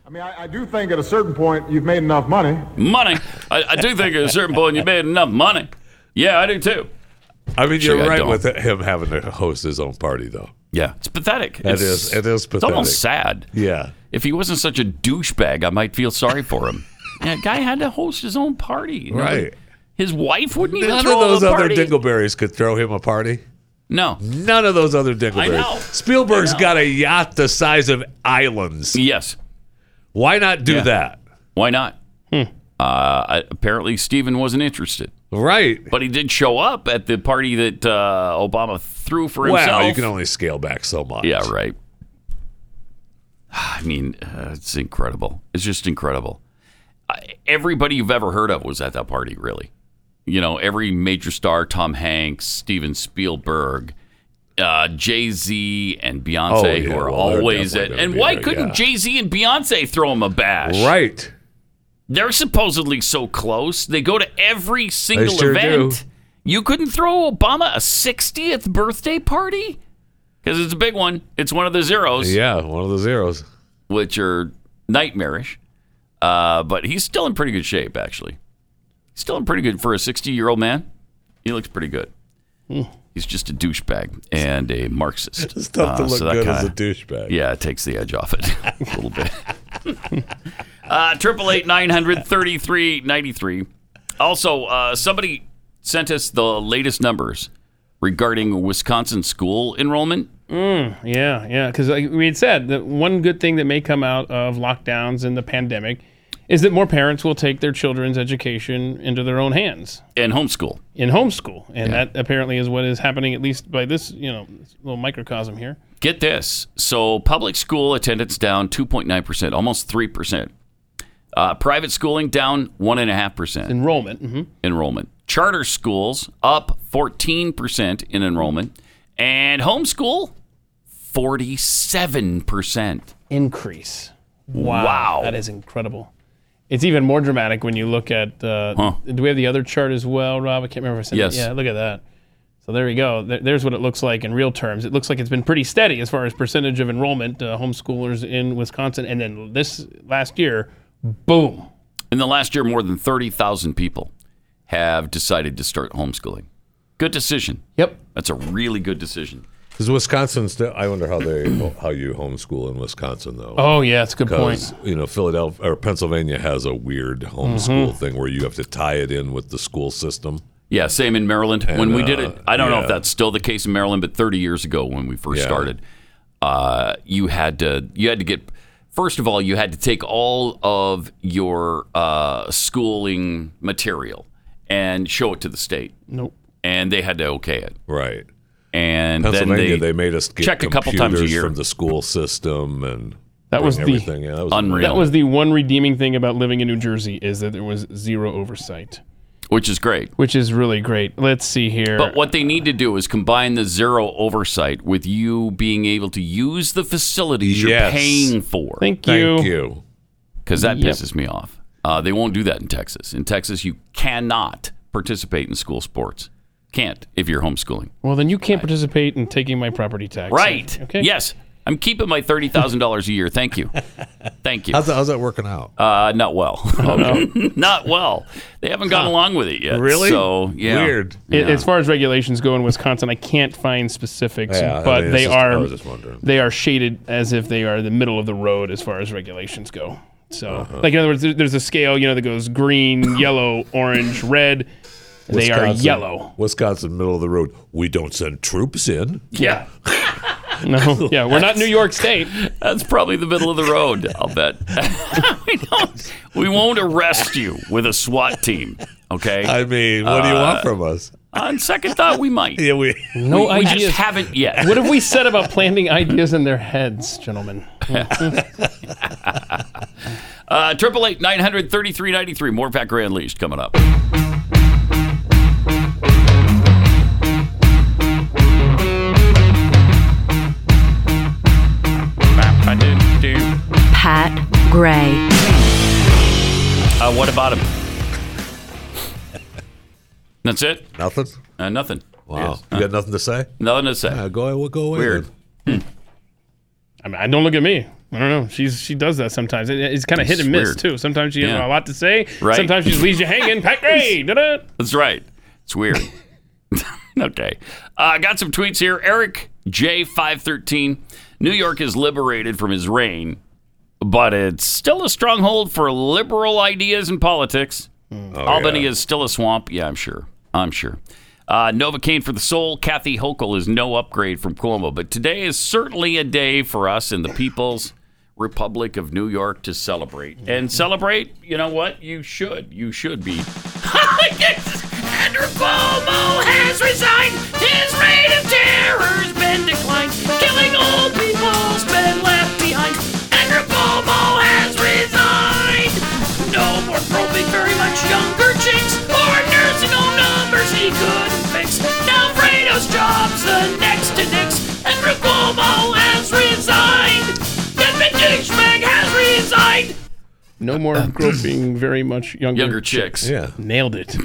J: I mean, I, I do think at a certain point you've made enough money.
B: Money. I, I do think at a certain point you made enough money. Yeah, I do too.
C: yeah. I mean,
B: Sure,
C: you're
B: I
C: right
B: don't.
C: with him having to host his own party, though.
B: Yeah, it's pathetic.
C: It is- it is
B: It's almost sad.
C: Yeah.
B: If he wasn't such a douchebag, I might feel sorry for him. that guy had to host his own party. You know,
C: Right.
B: His wife wouldn't even
C: None of
B: throw
C: those
B: a
C: other
B: party.
C: dingleberries could throw him a party.
B: no.
C: None of those other dingleberries.
B: know.
C: Spielberg's
B: I know.
C: got a yacht the size of islands.
B: Yes.
C: Why not do
B: Yeah.
C: that?
B: Why not? Uh, I- apparently, Stephen wasn't interested,
C: Right.
B: but he did show up at the party that uh, Obama threw for himself.
C: Well, you can only scale back so much.
B: Yeah, right. I mean, uh, it's incredible. It's just incredible. I, everybody you've ever heard of was at that party, really. You know, every major star Tom Hanks, Steven Spielberg, uh, Jay Z, and Beyonce,
C: Oh, yeah,
B: who are
C: well, they're
B: always
C: definitely
B: at.
C: gonna
B: And
C: be
B: why
C: there,
B: couldn't
C: yeah.
B: Jay Z and Beyonce throw him a bash?
C: Right.
B: They're supposedly so close. They go to every single
C: sure
B: event.
C: do.
B: You couldn't throw Obama a 60th birthday party? Because it's a big one. It's one of the zeros,
C: Yeah, one of the zeros.
B: which are nightmarish. Uh, but he's still in pretty good shape, actually. He's still in pretty good for a 60 year old man. He looks pretty good. He's just a douchebag and a Marxist.
C: Hmm. It's tough to
B: Uh,
C: look
B: so that
C: good as a
B: kinda-
C: douchebag.
B: yeah, it takes the edge off it a little bit. Uh, Triple eight nine hundred thirty three ninety three. Also, uh, somebody sent us the latest numbers regarding Wisconsin school enrollment.
D: Yeah, yeah. Because like we had said, that one good thing that may come out of lockdowns and the pandemic is that more parents will take their children's education into their own hands
B: and homeschool.
D: in homeschool, and that apparently is what is happening at least by this you know this little microcosm here.
B: Get this. So public school attendance down 2.9%, almost 3%. Uh, private schooling down 1.5%
D: Enrollment. hmm
B: enrollment. Charter schools up 14% in enrollment. And homeschool, 47%.
D: Increase.
B: Wow.
D: that is incredible. It's even more dramatic when you look at. Uh,
B: Huh.
D: Do we have the other chart as well, Rob? I can't remember. If I sent it.
B: Yes.
D: Yeah, look at that. So there you go. There- There's what it looks like in real terms. It looks like it's been pretty steady as far as percentage of enrollment uh, homeschoolers in Wisconsin, and then this last year, boom.
B: In the last year, more than 30,000 people have decided to start homeschooling. Good decision.
D: Yep.
B: That's a really good decision.
C: Is Wisconsin still? I wonder how they how you homeschool in Wisconsin though.
D: Oh yeah, that's a good point.
C: Because you know Philadelphia or Pennsylvania has a weird homeschool
B: Mm-hmm.
C: thing where you have to tie it in with the school system.
B: Yeah, same in Maryland. when we did
C: uh,
B: it, I don't know if
C: yeah.
B: that's still the case in Maryland, but 30 years ago when we first
C: Yeah.
B: started, uh, you had to you had to get first of all you had to take all of your uh, schooling material and show it to the state,
D: Nope.
B: and they had to okay it.
C: Right.
B: And
C: Pennsylvania,
B: then
C: they, made us get
B: check a couple times a
C: computers
B: year.
C: from the school system and
D: That was
C: bring
D: the-
C: everything. in. that was
B: unreal,
D: That was the one redeeming thing about living in New Jersey is that there was zero oversight,
B: which is great.
D: which is really great. Let's see here.
B: But what they need to do is combine the zero oversight with you being able to use the facilities you're
C: Yes.
B: paying for.
D: Thank you.
C: Thank you.
B: because that
D: Yep.
B: pisses me off. Uh, they won't do that in Texas. In Texas, you cannot participate in school sports. Can't if you're homeschooling.
D: Well, then you can't participate in taking my property tax.
B: Right.
D: Okay.
B: Yes. I'm keeping my thirty thousand dollars a year. Thank you. Thank you.
C: How's that, how's that working out?
B: Uh, not well.
D: Oh,
B: not well. They haven't gotten along with it yet.
C: Really?
B: So yeah.
C: Weird.
D: I-
B: Yeah.
D: As far as regulations go in Wisconsin, I can't find specifics,
C: Yeah, I mean,
D: but
C: it's
D: they
C: just-
D: are
C: I was just wondering.
D: they are shaded as if they are the middle of the road as far as regulations go. So,
C: Uh-huh.
D: like in other words, there- there's a scale you know that goes green, yellow, orange, red. They are
C: Wisconsin-
D: yellow.
C: Wisconsin, middle of the road. We don't send troops in.
D: Yeah. no. Yeah, we're not New York State.
B: That's probably the middle of the road. I'll bet. we, don't, we won't arrest you with a SWAT team. Okay.
C: I mean, what do you want from us?
B: On second thought, we might.
C: Uh, Yeah, we.
D: No
B: We
D: ideas.
B: just haven't yet.
D: what have we said about planting ideas in their heads, gentlemen?
B: Uh, Triple eight nine hundred thirty three ninety three. More Pat Gray Unleashed coming up. Uh, Uh,
A: Pat Gray.
B: what about him? That's it.
C: Nothing.
B: Uh, nothing.
C: Wow. You got nothing to say?
B: Nothing to say.
C: Uh, go away. Go away.
B: Weird.
D: I mean, I don't look at me. I don't know. She's she does that sometimes. It- it's kind of hit
B: It's
D: and miss
B: weird.
D: too. Sometimes she has
B: Yeah.
D: a lot to say.
B: Right.
D: Sometimes she just leaves you hanging. Pat Gray. Da-da.
B: That's right. It's weird. okay. Uh, I got some tweets here. Eric J513. New York is liberated from his reign, but it's still a stronghold for liberal ideas and politics. Albany is still a swamp. Yeah, I'm sure. I'm sure. Uh, Novocaine for the soul. Kathy Hochul is no upgrade from Cuomo, but today is certainly a day for us in the People's Republic of New York to celebrate. And celebrate, you know what? You should. You should be
G: Andrew Cuomo has resigned. His reign of terror's been declined. Killing old people's been left behind. Andrew Cuomo has resigned. No more probing very much younger chicks or nursing home numbers he couldn't fix. Now Fredo's job's the next to Nick's. Andrew Cuomo has resigned. Deputy Schmeg has resigned.
D: No more groping. Very much younger.
B: Uh, younger chicks.
C: Yeah.
D: Nailed it.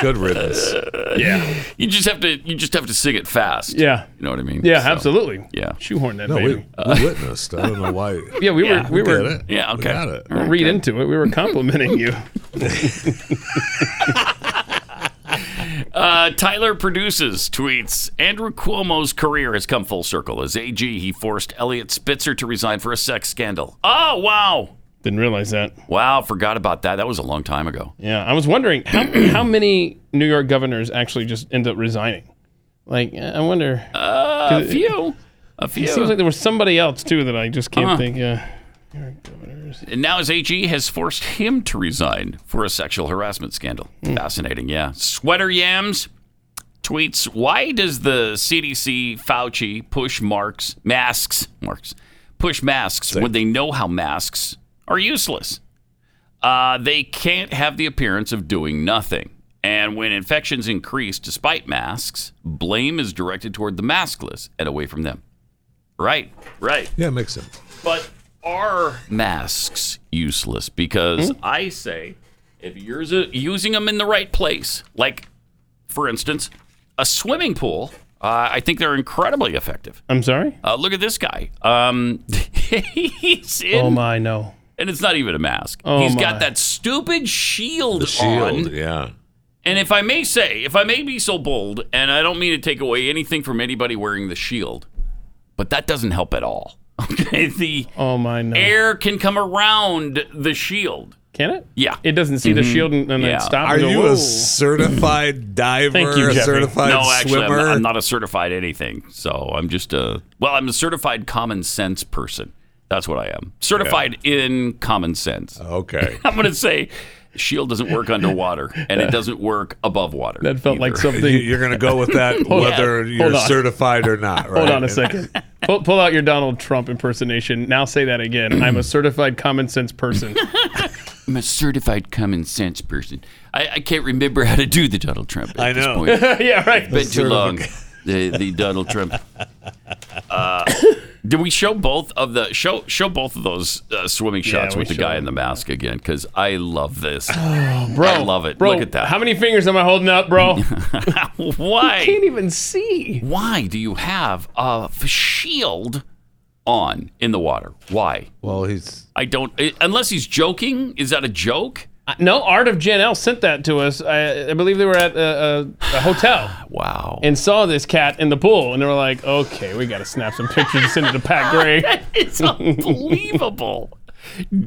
C: Good riddance.
D: Yeah.
B: You just have to you just have to sing it fast.
D: Yeah.
B: You know what I mean?
D: Yeah.
B: So-
D: absolutely.
B: Yeah.
D: Shoehorn that
C: No, we,
D: baby.
C: we witnessed. I don't know why.
D: yeah, we
B: yeah.
D: were we
C: Get
D: were
C: it.
B: Yeah,
C: We
B: okay.
C: got it.
D: don't read into it. We were complimenting you.
B: Uh, Tyler produces tweets. Andrew Cuomo's career has come full circle. As AG, he forced Elliot Spitzer to resign for a sex scandal. Oh wow,
D: Didn't realize that.
B: wow! Forgot about that. That was a long time ago.
D: Yeah, I was wondering how how many New York governors actually just end up resigning. Like, uh, I wonder.
B: A Uh, few, a few.
D: It seems like there was somebody else too that I just can't
B: Uh-huh.
D: think. Yeah.
B: And now his AG has forced him to resign for a sexual harassment scandal.
D: Hmm.
B: Fascinating, yeah. Sweater Yams tweets, why does the CDC Fauci push marks, masks, marks, push masks when they know how masks are useless? Uh, they can't have the appearance of doing nothing. And when infections increase despite masks, blame is directed toward the maskless and away from them. Right, right
C: Yeah, it makes sense.
B: but are Hmm? masks useless? Because I say, if you're z- using them in the right place, like for instance, a swimming pool, uh, I think they're incredibly effective.
D: I'm sorry.
B: Uh, look at this guy. Um, he's in,
D: Oh my no.
B: and it's not even a mask.
D: Oh,
B: he's
D: my.
B: got that stupid shield,
C: The shield.
B: on.
C: Yeah.
B: And if I may say, if I may be so bold, and I don't mean to take away anything from anybody wearing the shield, but that doesn't help at all. Okay, the
D: Oh my no.
B: air can come around the shield.
D: Can it?
B: Yeah.
D: It doesn't see the shield and, and
B: Yeah.
D: then stop.
C: Mm-hmm. Are
D: and go,
C: you
D: "Whoa."
C: a certified diver?
D: Thank you,
C: a
D: Jeffy.
C: certified
B: no, actually, I'm
C: swimmer?
B: not, I'm not a certified anything. So I'm just a well, I'm a certified common sense person. That's what I am. Certified in common sense.
C: Okay.
B: I'm going to say shield doesn't work underwater and it doesn't work above water.
D: That felt like
B: either.
C: You-
D: something.
C: You're going to go with that whether you're
D: on.
C: certified or not, right?
D: Hold on a second. Pull, pull out your Donald Trump impersonation. Now say that again. I'm a certified common sense person.
B: I'm a certified common sense person. I, I can't remember how to do the Donald Trump. At
C: I
B: this
C: know.
B: point. It's
D: yeah, right.
B: been too long. The, the Donald Trump. Uh, did we show both of the show show both of those uh, swimming shots
D: we
B: with the
D: showed
B: guy
D: them.
B: in the mask again? Because I love this.
D: Bro,
B: I love it.
D: Bro,
B: Look at that.
D: How many fingers am I holding up, bro?
B: Why?
D: Can't even see.
B: Why do you have a f- shield on in the water? Why?
C: Well, he's.
B: I don't. i unless he's joking. Is that a joke?
D: Uh, No, Art of Jan L sent that to us. I, I believe they were at a, a, a hotel
B: Wow.
D: and saw this cat in the pool, and they were like, "Okay, we got to snap some pictures and send it to Pat Gray."
B: it's unbelievable,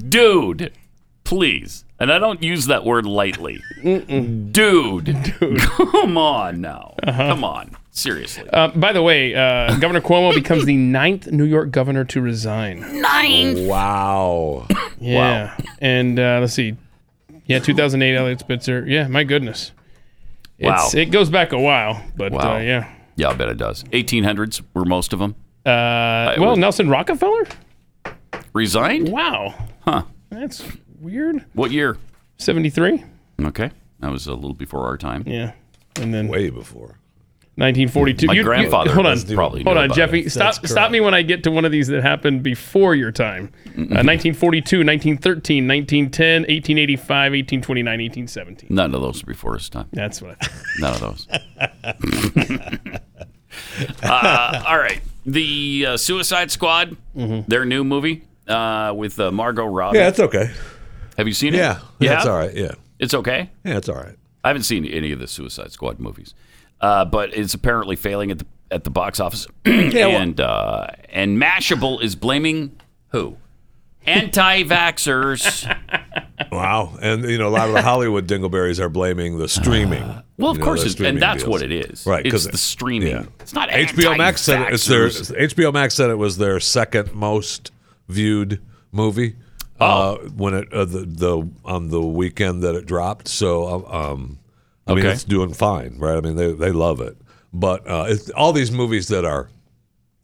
B: dude. Please, and I don't use that word lightly, dude. Come on now. Come on. Seriously.
D: Uh-huh. Uh, by the way, uh, Governor Cuomo becomes the ninth New York governor to resign.
C: Wow.
D: Yeah, and uh, let's see, yeah, 2008 Elliot Spitzer. Yeah, my goodness,
B: wow.
D: It's- it goes back a while, but
B: Wow.
D: uh, yeah.
B: yeah, I bet it does. 1800s were most of them.
D: Uh, well,
B: was-
D: Nelson Rockefeller.
B: Resigned?
D: Wow.
B: Huh.
D: That's weird.
B: What year?
D: 73.
B: Okay. That was a little before our time.
D: Yeah, and then
C: Way before.
D: 1942.
B: My grandfather
D: hold on,
B: doesn't probably
D: hold
B: know
D: on,
B: about
D: Jeffy.
B: it.
D: Stop,
B: That's
D: stop me when I get to one of these that happened before your time.
B: Mm-hmm.
D: Uh, 1942, 1913, 1910, 1885, 1829, 1817.
B: None of those were before his time.
D: That's what I thought.
B: None of those. uh, all right. The uh, Suicide Squad, their new movie uh, with uh, Margot Robbie.
C: Mm-hmm. Yeah, it's okay.
B: Have you seen it?
C: Yeah,
B: You
C: yeah, it's
B: have?
C: all right. Yeah,
B: It's okay.
C: yeah, it's all right.
B: I haven't seen any of the Suicide Squad movies, uh, but it's apparently failing at the at the box office. and uh, and Mashable is blaming who? Anti-vaxxers.
C: Wow, and you know a lot of the Hollywood dingleberries are blaming the streaming.
B: Uh, Well, of
C: you know,
B: course,
C: the
B: it's,
C: streaming
B: and that's
C: deals.
B: what it is.
C: right?
B: It's
C: 'cause-
B: the streaming.
C: yeah.
B: It's not
C: HBO Max said it- it's their
B: anti-vaxxers.
C: HBO Max said it was their second most viewed movie
B: Oh.
C: uh, when it uh, the, the on the weekend that it dropped. So um, I mean
B: Okay.
C: it's doing fine, right? I mean they they love it, but uh, it's all these movies that are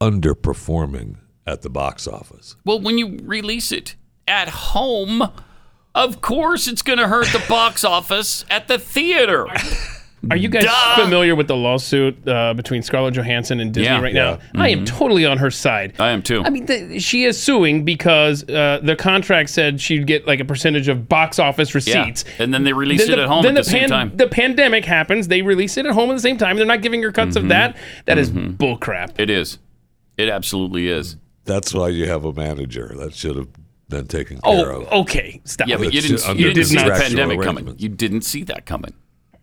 C: underperforming at the box office.
B: Well, when you release it at home, of course it's going to hurt the box office at the theater.
D: Are you guys
B: Duh.
D: familiar with the lawsuit uh, between Scarlett Johansson and Disney
B: Yeah. Mm-hmm.
D: right now? I am totally on her side.
B: I am too.
D: I mean, th she is suing because uh, the contract said she'd get like a percentage of box office
B: yeah.
D: receipts.
B: And then they release it at home at the, same
D: pan-
B: time.
D: the pandemic happens. They release it at home at the same time. They're not giving her cuts
B: Mm-hmm.
D: of that. That is bullcrap.
B: it is. It absolutely is.
C: That's why you have a manager that should have been taken care
D: Oh,
C: of.
D: okay. Stop.
B: Yeah, but you
C: It's
B: didn't,
C: under
B: you didn't see the
C: contractual
B: pandemic coming.
C: arrangements.
B: You didn't see that coming,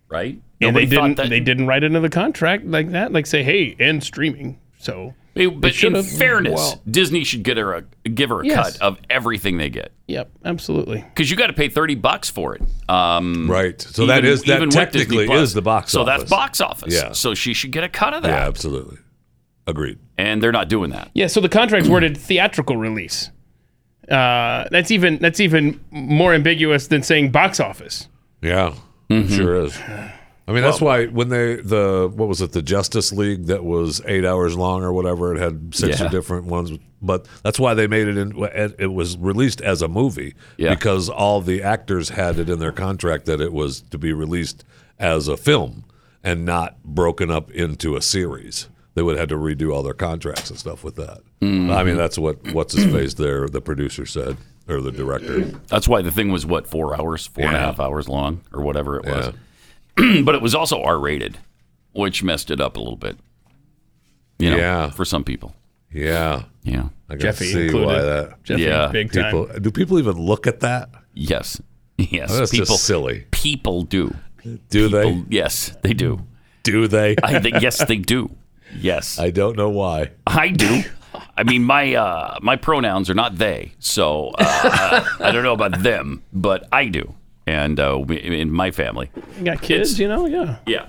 B: right?
D: and
B: Nobody
D: they
B: thought
D: didn't.
B: that-
D: They didn't write it into the contract like that. Like say, hey, end streaming. So
B: They- but in
D: should've.
B: fairness,
D: Well-
B: Disney should get her a, give her a
D: Yes.
B: cut of everything they get
D: yep, absolutely.
B: because you got to pay thirty bucks for it. Um,
C: Right. So
B: even-
C: that is
B: even
C: that
B: with Disney
C: technically
B: Plus.
C: is the box
B: so
C: office.
B: that's box office.
C: Yeah.
B: So she should get a cut of
C: Yeah,
B: that,
C: absolutely. Agreed.
B: and they're not doing that.
D: Yeah, so the contract's worded theatrical release. Uh, that's even that's even more ambiguous than saying box office.
C: Yeah,
B: Mm-hmm.
C: sure is. I mean, that's why when they the what was it the Justice League that was eight hours long or whatever it had six
B: Yeah.
C: or different ones, but that's why they made it in. It was released as a movie
B: Yeah.
C: because all the actors had it in their contract that it was to be released as a film and not broken up into a series. They would have had to redo all their contracts and stuff with that. I
B: Mm-hmm.
C: mean, that's what what's his face there, the producer said or the director.
B: That's why the thing was what four hours, four and a
C: Yeah.
B: half hours long, or whatever it was. but it was also R rated, which messed it up a little bit. You know,
C: Yeah.
B: for some people.
C: Yeah,
B: Yeah.
C: I can
D: Jeffy
C: see
D: included.
C: why that.
D: Jeffy,
B: Yeah,
D: big time.
C: People, do people even look at that?
B: Yes. Yes.
C: That's
B: people.
C: just silly.
B: People do.
C: Do
B: People-
C: they?
B: yes, they do.
C: Do they? I,
B: I think yes, they do. Yes, I,
C: don't know why.
B: do. I mean, my uh, my pronouns are not they, so uh, uh, I don't know about them, but I do, and uh, we- in my family.
D: You got kids, you know? Yeah.
B: Yeah.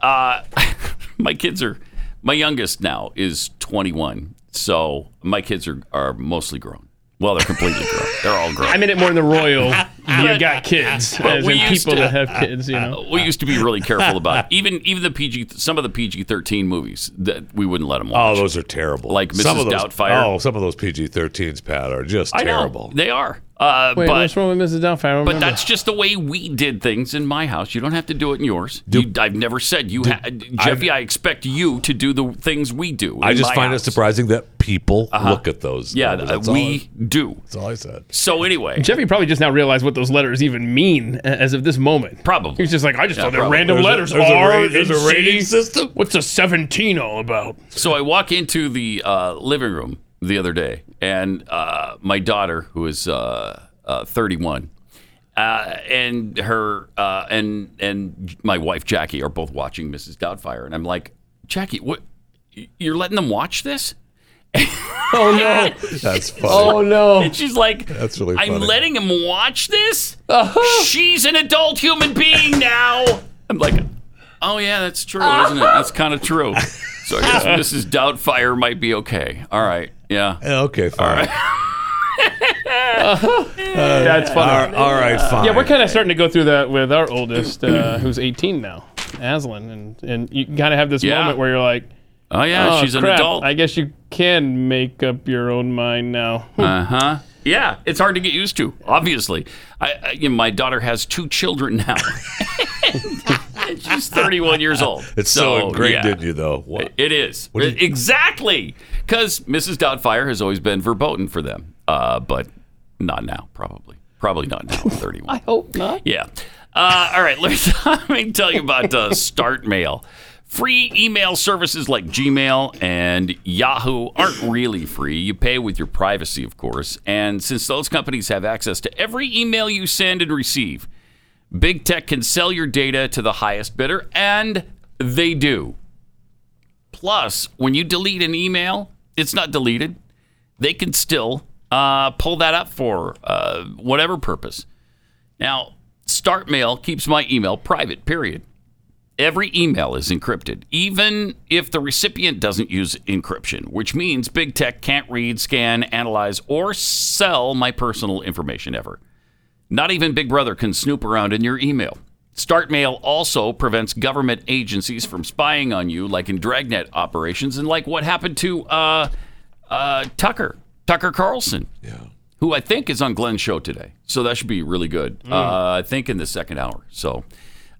B: Uh, my kids are, my youngest now is 21. So my kids are, are mostly grown. Well, they're completely grown. They're all grown.
D: I'm in it more in the royal. you got kids, as
B: we
D: in
B: used
D: people
B: to-
D: that have kids, you know.
B: we used to be really careful about it. even even the PG some of the PG thirteen movies that we wouldn't let them
C: Oh,
B: watch.
C: those are terrible.
B: Like
C: some
B: Mrs.
C: of those,
B: Doubtfire.
C: Oh, some of those PG-13s, Pat, are just
B: I know
C: terrible.
B: they are. Uh,
D: Wait,
B: but
D: what's wrong with Mrs. Doubtfire? I don't
B: but
D: remember.
B: that's just the way we did things in my house. You don't have to do it in yours. you, I've never said you, ha- Jeffy. I, expect you to do the things we do.
C: I
B: in
C: just
B: my
C: find
B: house.
C: it surprising that people look at those.
B: Yeah,
C: numbers.
B: uh,
C: That's all
B: we
C: I-
B: do.
C: that's all I said.
B: So anyway,
D: Jeffy probably just now realized what those letters even mean a- as of this moment.
B: Probably.
D: He's just like, I just thought they're
B: probably.
D: random
C: There's a-
D: letters.
C: there's a
D: R
C: ra- there's
D: and
C: a rating
D: C.
C: system?
D: What's a 17 all about?
B: So I walk into the uh, living room the other day, and uh, my daughter, who is uh, uh, 31, uh, and her uh, and and my wife Jackie are both watching Mrs. Doubtfire, and I'm like, Jackie, what? You're letting them watch this?
D: Oh, no.
C: That's funny.
D: no.
B: And she's like,
C: That's really
B: I'm
C: funny. Uh-huh.
B: letting him watch this? She's an adult human being now. I'm like, oh, yeah, that's true, isn't it? That's kind of true. So I guess Mrs. Doubtfire might be okay. All right. Yeah.
C: Okay, fine.
D: That's funny.
C: All right, all right, fine.
D: Yeah, we're kind of starting to go through that with our oldest, uh, who's 18 now, Aslan, and and you kind of have this
B: Yeah.
D: moment where you're like,
B: Oh, yeah,
D: oh,
B: she's an
D: crap,
B: adult.
D: I guess you can make up your own mind now. Hmm.
B: Uh huh. Yeah, it's hard to get used to. Obviously, I, I you know, my daughter has two children now. She's 31 years old.
C: It's so, ingrained
B: yeah.
C: in you, though. What?
B: It is. exactly. Because Mrs. Doubtfire has always been verboten for them. Uh, but not now, probably. Probably not now, 31. I
D: hope not.
B: Yeah. Uh, all right, let me, let me tell you about uh, Start Mail. Free email services like Gmail and Yahoo aren't really free. You pay with your privacy, of course. And since those companies have access to every email you send and receive, big tech can sell your data to the highest bidder, and they do. Plus, when you delete an email, it's not deleted. They can still uh, pull that up for uh, whatever purpose. Now, Start Mail keeps my email private, period. Every email is encrypted, even if the recipient doesn't use encryption, which means big tech can't read, scan, analyze, or sell my personal information ever. Not even Big Brother can snoop around in your email. Start Mail also prevents government agencies from spying on you, like in dragnet operations, and like what happened to uh, uh, Tucker, Tucker Carlson, yeah. who I think is on Glenn's show today. So that should be really good. Uh, I think in the second hour. So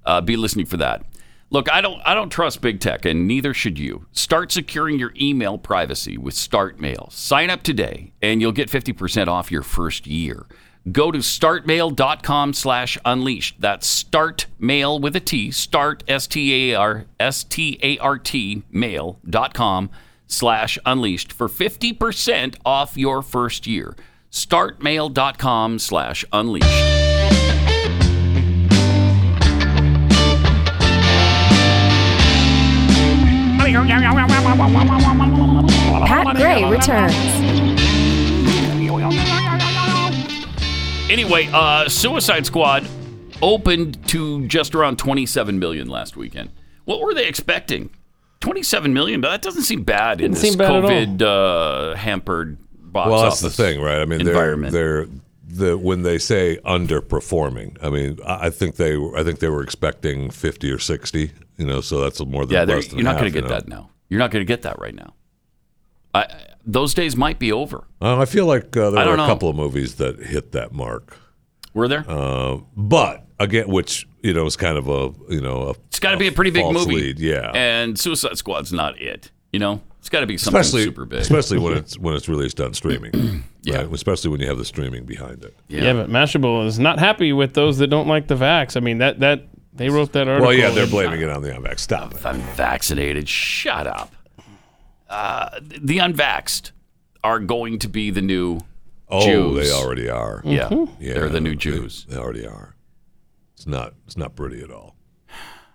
B: uh, be listening for that. Look, I don't, I don't trust big tech, and neither should you. Start securing your email privacy with Start Mail. Sign up today, and you'll get 50% off your first year. Go to startmail.com slash unleashed. That's startmail with a T, start, S-T-A-R, S-T-A-R-T, mail.com slash unleashed for 50% off your first year. Startmail.com slash unleashed.
A: Pat Gray returns.
B: Anyway, uh, Suicide Squad opened to just around 27 million last weekend. What were they expecting? 27 million, but that doesn't seem bad
D: Didn't
B: in this
D: seem bad at all.
B: COVID uh, hampered box
C: well, that's
B: office.
C: the thing, right? I mean,
B: environment.
C: they're they're the when they say underperforming. I mean, I I think they I think they were expecting fifty or sixty. You know, so that's more than
B: yeah, they're-
C: less than
B: you're not
C: half,
B: going to
C: you
B: get
C: know?
B: that now. You're not going to get that right now. I, I- those days might be over.
C: Um, I feel like uh, there
B: I
C: were
B: don't
C: a
B: know.
C: couple of movies that hit that mark,
B: Were there?
C: uh, but again, which you know is kind of a you know a,
B: it's got to be a pretty big
C: false
B: movie.
C: lead, yeah.
B: And Suicide Squad's not it. You know, it's got to be something
C: especially
B: super big.
C: especially when it's when it's released on streaming.
B: Yeah.
C: right? especially when you have the streaming behind it.
D: Yeah. but Mashable is not happy with those that don't like the vax. I mean, that that they wrote that article.
C: Well, yeah, they're blaming it on the IMAX. Stop it.
B: I'm vaccinated. Shut up. Uh, the unvaxxed are going to be the new
C: Oh,
B: Jews.
C: they already are.
B: Yeah,
C: Mm-hmm. Yeah,
B: they're the new
C: they-
B: Jews.
C: They already are. It's not. It's not pretty at all.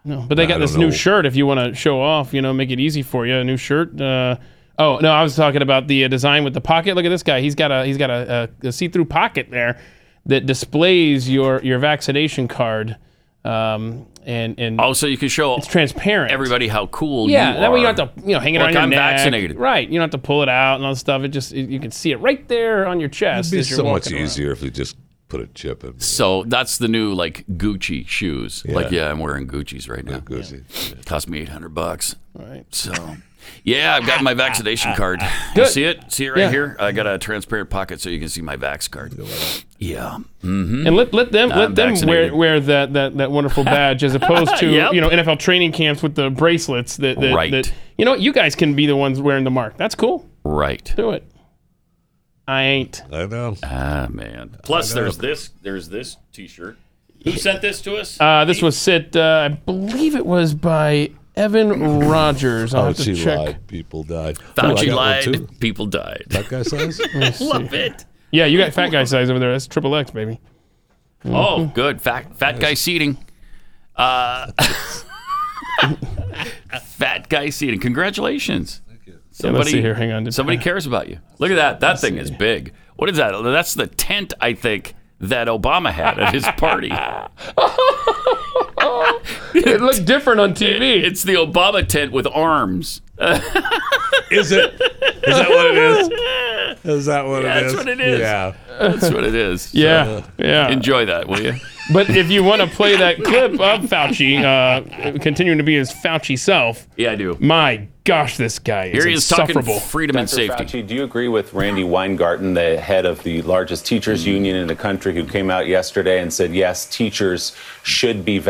D: No, but they got
C: I
D: this
C: don't
D: new
C: know.
D: shirt. If you want to show off, you know, make it easy for you. A new shirt. Uh, oh no, I was talking about the uh, design with the pocket. Look at this guy. He's got a he's got a, a, a see-through pocket there that displays your your vaccination card. Um, and and
B: Oh, so you can show
D: it's transparent.
B: everybody how cool
D: Yeah,
B: you
D: that way you
B: are.
D: don't have to you know hang it
B: Look,
D: on your
B: I'm
D: neck.
B: vaccinated.
D: Right, you don't have to pull it out and all this stuff. It just you can see it right there on your chest.
C: It'd be
D: as you're
C: so much
D: walking around.
C: easier if you just put a chip in.
B: So that's the new like Gucci shoes. Like yeah, I'm wearing Gucci's right now.
C: Gucci.
B: It cost me 800 bucks.
D: Right.
B: So yeah, I've got my vaccination card. You see it? See it right
D: Yeah.
B: here? I got a transparent pocket so you can see my vax card. Yeah.
D: And let, let them
B: I'm
D: let them
B: vaccinated.
D: wear, wear that, that, that wonderful badge as opposed to
B: Yep.
D: you know NFL training camps with the bracelets that, that,
B: Right.
D: that you know what, you guys can be the ones wearing the mark. That's cool.
B: Right.
D: Do it. I ain't.
C: I know.
B: Ah man. Plus there's this there's this t-shirt. Who sent this to us?
D: Uh, this was sent. Uh, I believe it was by Evan Rogers. I'll have to
C: Fauci
D: check.
C: Oh, lied. People died. Oh, I
B: Fauci
C: got one too.
B: lied. People died.
C: That guy says.
B: Love it.
D: Yeah, you got fat guy size over there. That's triple X, baby.
C: Mm-hmm.
B: Oh, good. Fat fat guy seating. Uh, fat guy seating. Congratulations.
D: Yeah, let's see here. Hang on.
B: Somebody cares about you. Look at that. That thing is big. What is that? That's the tent I think that Obama had at his party.
D: it looked different on TV.
B: it's the Obama tent with arms.
C: Is it? Is that what it is? Is that what
B: Yeah,
C: it
B: that's
C: is?
B: what it is.
C: Yeah.
B: That's what it is.
D: Yeah,
B: So,
D: yeah.
B: Enjoy that, will you?
D: But if you want to play that clip of Fauci, uh, continuing to be his Fauci self,
B: Yeah, I do.
D: my gosh, this guy is
B: Here he is talking
D: insufferable.
B: freedom and safety.
K: Fauci, do you agree with Randy Weingarten, the head of the largest teachers union in the country, who came out yesterday and said, yes, teachers should be
C: wonder what his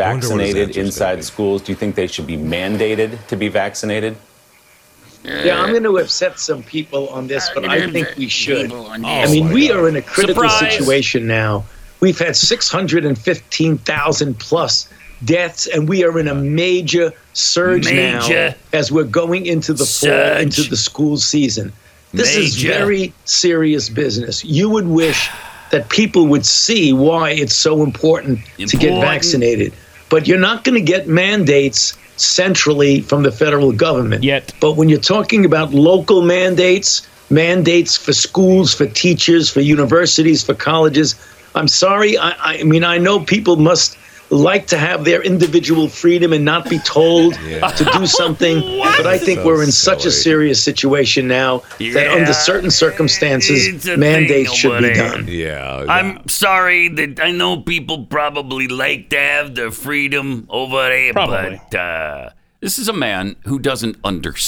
K: vaccinated
C: answer's gonna
K: inside schools? Do you think they should be mandated to be vaccinated?
L: Yeah, I'm going to upset some people on this, but I think we should. I
B: Oh
L: mean,
B: my
L: we are in a critical
B: Surprise.
L: situation now. We've had 615,000 plus deaths, and we are in a major surge
B: Major.
L: now as we're going into the fall,
B: Surge.
L: into the school season. This is
B: Major.
L: very serious business. You would wish that people would see why it's so important, to get
B: Important.
L: vaccinated, but you're not going to get mandates centrally from the federal government
D: Yet.
L: but when you're talking about local mandates, mandates for schools, for teachers, for universities, for colleges, I'm sorry. I, I mean, I know people must like to have their individual freedom and not be told to do something, but I think
C: So
L: we're in such a
C: silly.
L: serious situation now that
B: Yeah.
L: under certain circumstances,
B: It's a
L: mandates should be
B: thing,
L: done.
C: Yeah.
B: I'm sorry that I know people probably like to have their freedom over there,
D: Probably.
B: but uh, this is a man who doesn't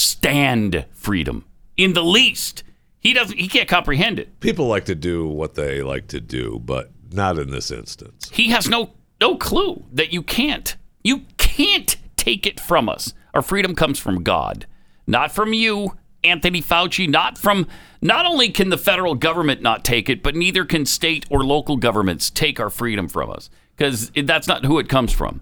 B: understand freedom in the least. He doesn't. He can't comprehend it.
C: People like to do what they like to do, but not in this instance.
B: He has no no clue that you can't. You can't take it from us. Our freedom comes from God, not from you, Anthony Fauci, not from not only can the federal government not take it, but neither can state or local governments take our freedom from us because that's not who it comes from.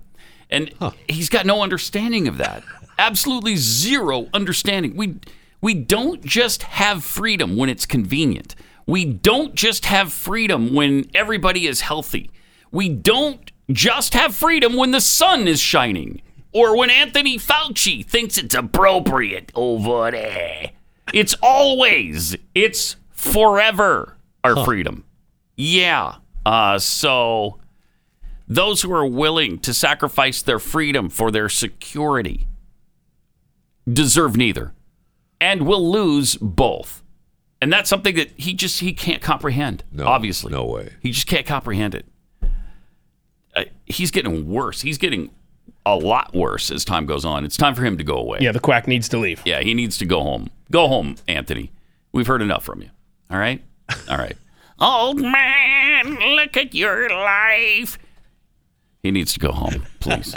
B: And he's got no understanding of that. Absolutely zero understanding. We we don't just have freedom when it's convenient. We don't just have freedom when everybody is healthy. We don't just have freedom when the sun is shining or when Anthony Fauci thinks it's appropriate over there. It's always, it's forever our freedom. Yeah. Uh, so those who are willing to sacrifice their freedom for their security deserve neither and will lose both. And that's something that he just he can't comprehend.
C: No,
B: obviously.
C: no way.
B: He just can't comprehend it. Uh, he's getting worse. He's getting a lot worse as time goes on. It's time for him to go away.
D: Yeah, the quack needs to leave.
B: Yeah, he needs to go home. Go home, Anthony. We've heard enough from you. All right? All right. Old man, look at your life. He needs to go home, please.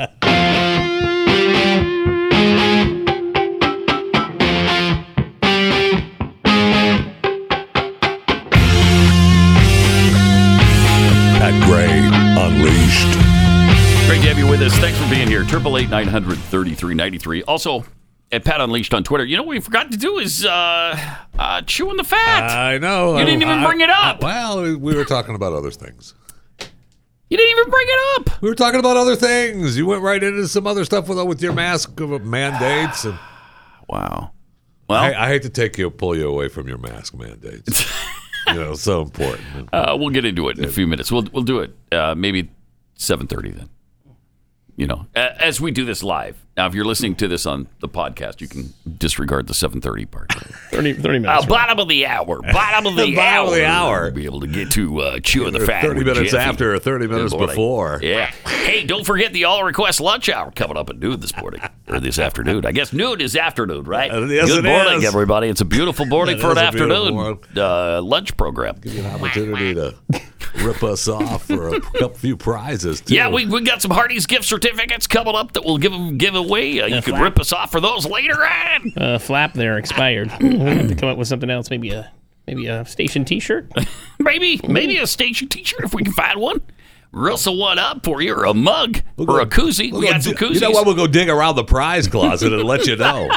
C: Pat Gray Unleashed.
B: Great to have you with us. Thanks for being here. Triple eight nine hundred thirty three ninety three. Also, at Pat Unleashed on Twitter. You know what we forgot to do is uh, uh, chew on the fat.
C: I know.
B: You didn't even
C: I-
B: bring it up.
C: well, we- we were talking about other things.
B: you didn't even bring it up.
C: We were talking about other things. You went right into some other stuff with with your mask of uh, mandates, and
B: Wow. Well,
C: I, I hate to take you pull you away from your mask mandates. you know, so important.
B: Uh, we'll get into it in a few minutes. We'll we'll do it uh, maybe seven thirty then. You know, a- as we do this live. Now, if you're listening to this on the podcast, you can disregard the seven thirty part.
D: 30, 30 minutes.
B: Uh, bottom of the hour. Bottom of the,
C: Bottom
B: hour.
C: of the hour.
B: We'll be able to get to uh, chew of the fat.
C: thirty
B: with
C: minutes
B: Jeffy.
C: after, or thirty minutes
B: Good morning.
C: before.
B: Yeah. Hey, don't forget the all request lunch hour coming up at noon this morning or this afternoon. I guess noon is afternoon, right?
C: Uh, yes,
B: Good
C: it
B: morning,
C: is.
B: everybody. It's a beautiful morning
C: It
B: for an
C: is a beautiful
B: afternoon
C: morning.
B: uh, lunch program.
C: An opportunity to rip us off for a couple few prizes. Too.
B: Yeah, we, we got some Hardy's gift certificates coming up that we'll give 'em- give away. Uh, you can rip us off for those later on.
D: Uh, flap there expired. I have to come up with something else. Maybe a maybe a station T-shirt.
B: Maybe maybe a station T-shirt if we can find one. Rustle one up for you, or a mug,
C: We'll
B: or
C: go-
B: a koozie.
C: we'll
B: we
C: go
B: got some
C: di-
B: koozies.
C: You know what? We'll go dig around the prize closet and let you know.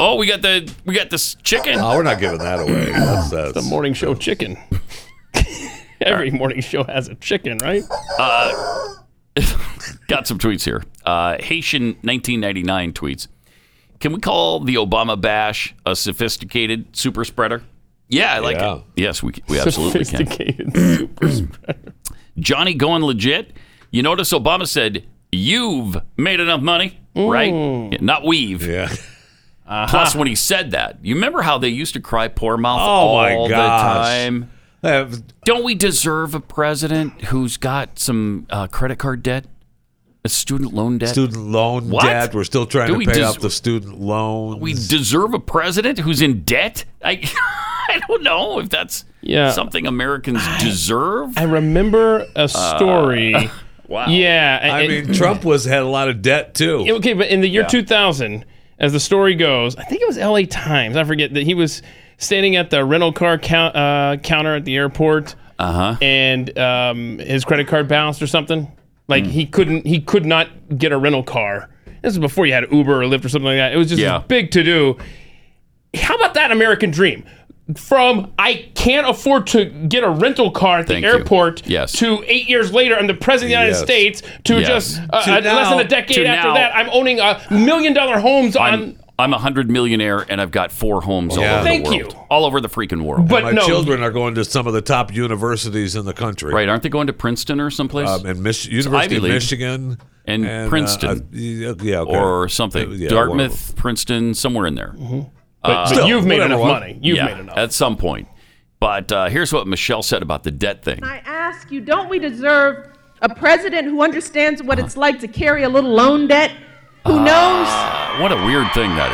B: oh, we got the we got this chicken.
C: oh, we're not giving that away. That's, that's,
D: The morning show chicken. Every morning show has a chicken, right?
C: Uh-huh.
B: Got some tweets here. Uh, Haitian 1999 tweets. Can we call the Obama bash a sophisticated super spreader? Yeah, I like
C: Yeah.
B: it. Yes, we, we absolutely can.
D: Sophisticated super
B: Johnny going legit. You notice Obama said, You've made enough money, right? Yeah, not we've.
C: yeah.
B: Plus, when he said that, you remember how they used to cry poor mouth
G: Oh, my
B: all the
G: gosh.
B: time?
C: Uh,
B: Don't we deserve a president who's got some uh, credit card debt? A student loan debt?
C: Student loan
B: What?
C: debt. We're still trying
B: Do
C: to
B: we
C: pay
B: des-
C: off the student loan.
B: We deserve a president who's in debt? I, I don't know if that's
D: Yeah.
B: something Americans deserve.
D: I remember a story.
B: Uh, wow.
D: Yeah.
C: I
D: and-
C: mean, Trump was had a lot of debt too.
D: Yeah, Okay, but in the year
C: Yeah.
D: 2000, as the story goes, I think it was LA Times. I forget that he was standing at the rental car count, uh, counter at the airport,
B: uh-huh.
D: and um, his credit card bounced or something. Like
B: Mm.
D: he couldn't, he could not get a rental car. This is before you had Uber or Lyft or something like that. It was just
B: Yeah.
D: this big to do. How about that American dream? From I can't afford to get a rental car at
B: Thank
D: the
B: you.
D: airport
B: Yes.
D: to eight years later, I'm the president of the United
B: Yes.
D: States to
B: Yes.
D: just uh,
B: To
D: uh, less than
B: now-
D: a decade
B: to
D: after
B: now-
D: that, I'm owning a million dollar homes on.
B: I'm, I'm a hundred millionaire and I've got four homes all
C: Yeah.
B: over
D: Thank
B: the world. All over the freaking
C: And
B: world.
C: my children are going to some of the top universities in the country.
B: Right, aren't they going to Princeton or someplace?
C: Um, and Mich-
B: It's
C: University
B: Ivy
C: of
B: League
C: Michigan
B: and,
C: and, uh,
B: Princeton,
C: uh, yeah, yeah, okay.
B: or something.
C: Uh, yeah,
B: Dartmouth, Princeton, somewhere in there.
D: But- but uh, Still, you've made whatever enough one. money. You've
B: yeah,
D: Mm-hmm. made enough.
B: at some point. But uh, here's what Michelle said about the debt thing.
M: I ask you, don't we deserve a president who understands what it's like to carry a little loan debt, who knows
B: Uh, what a weird thing that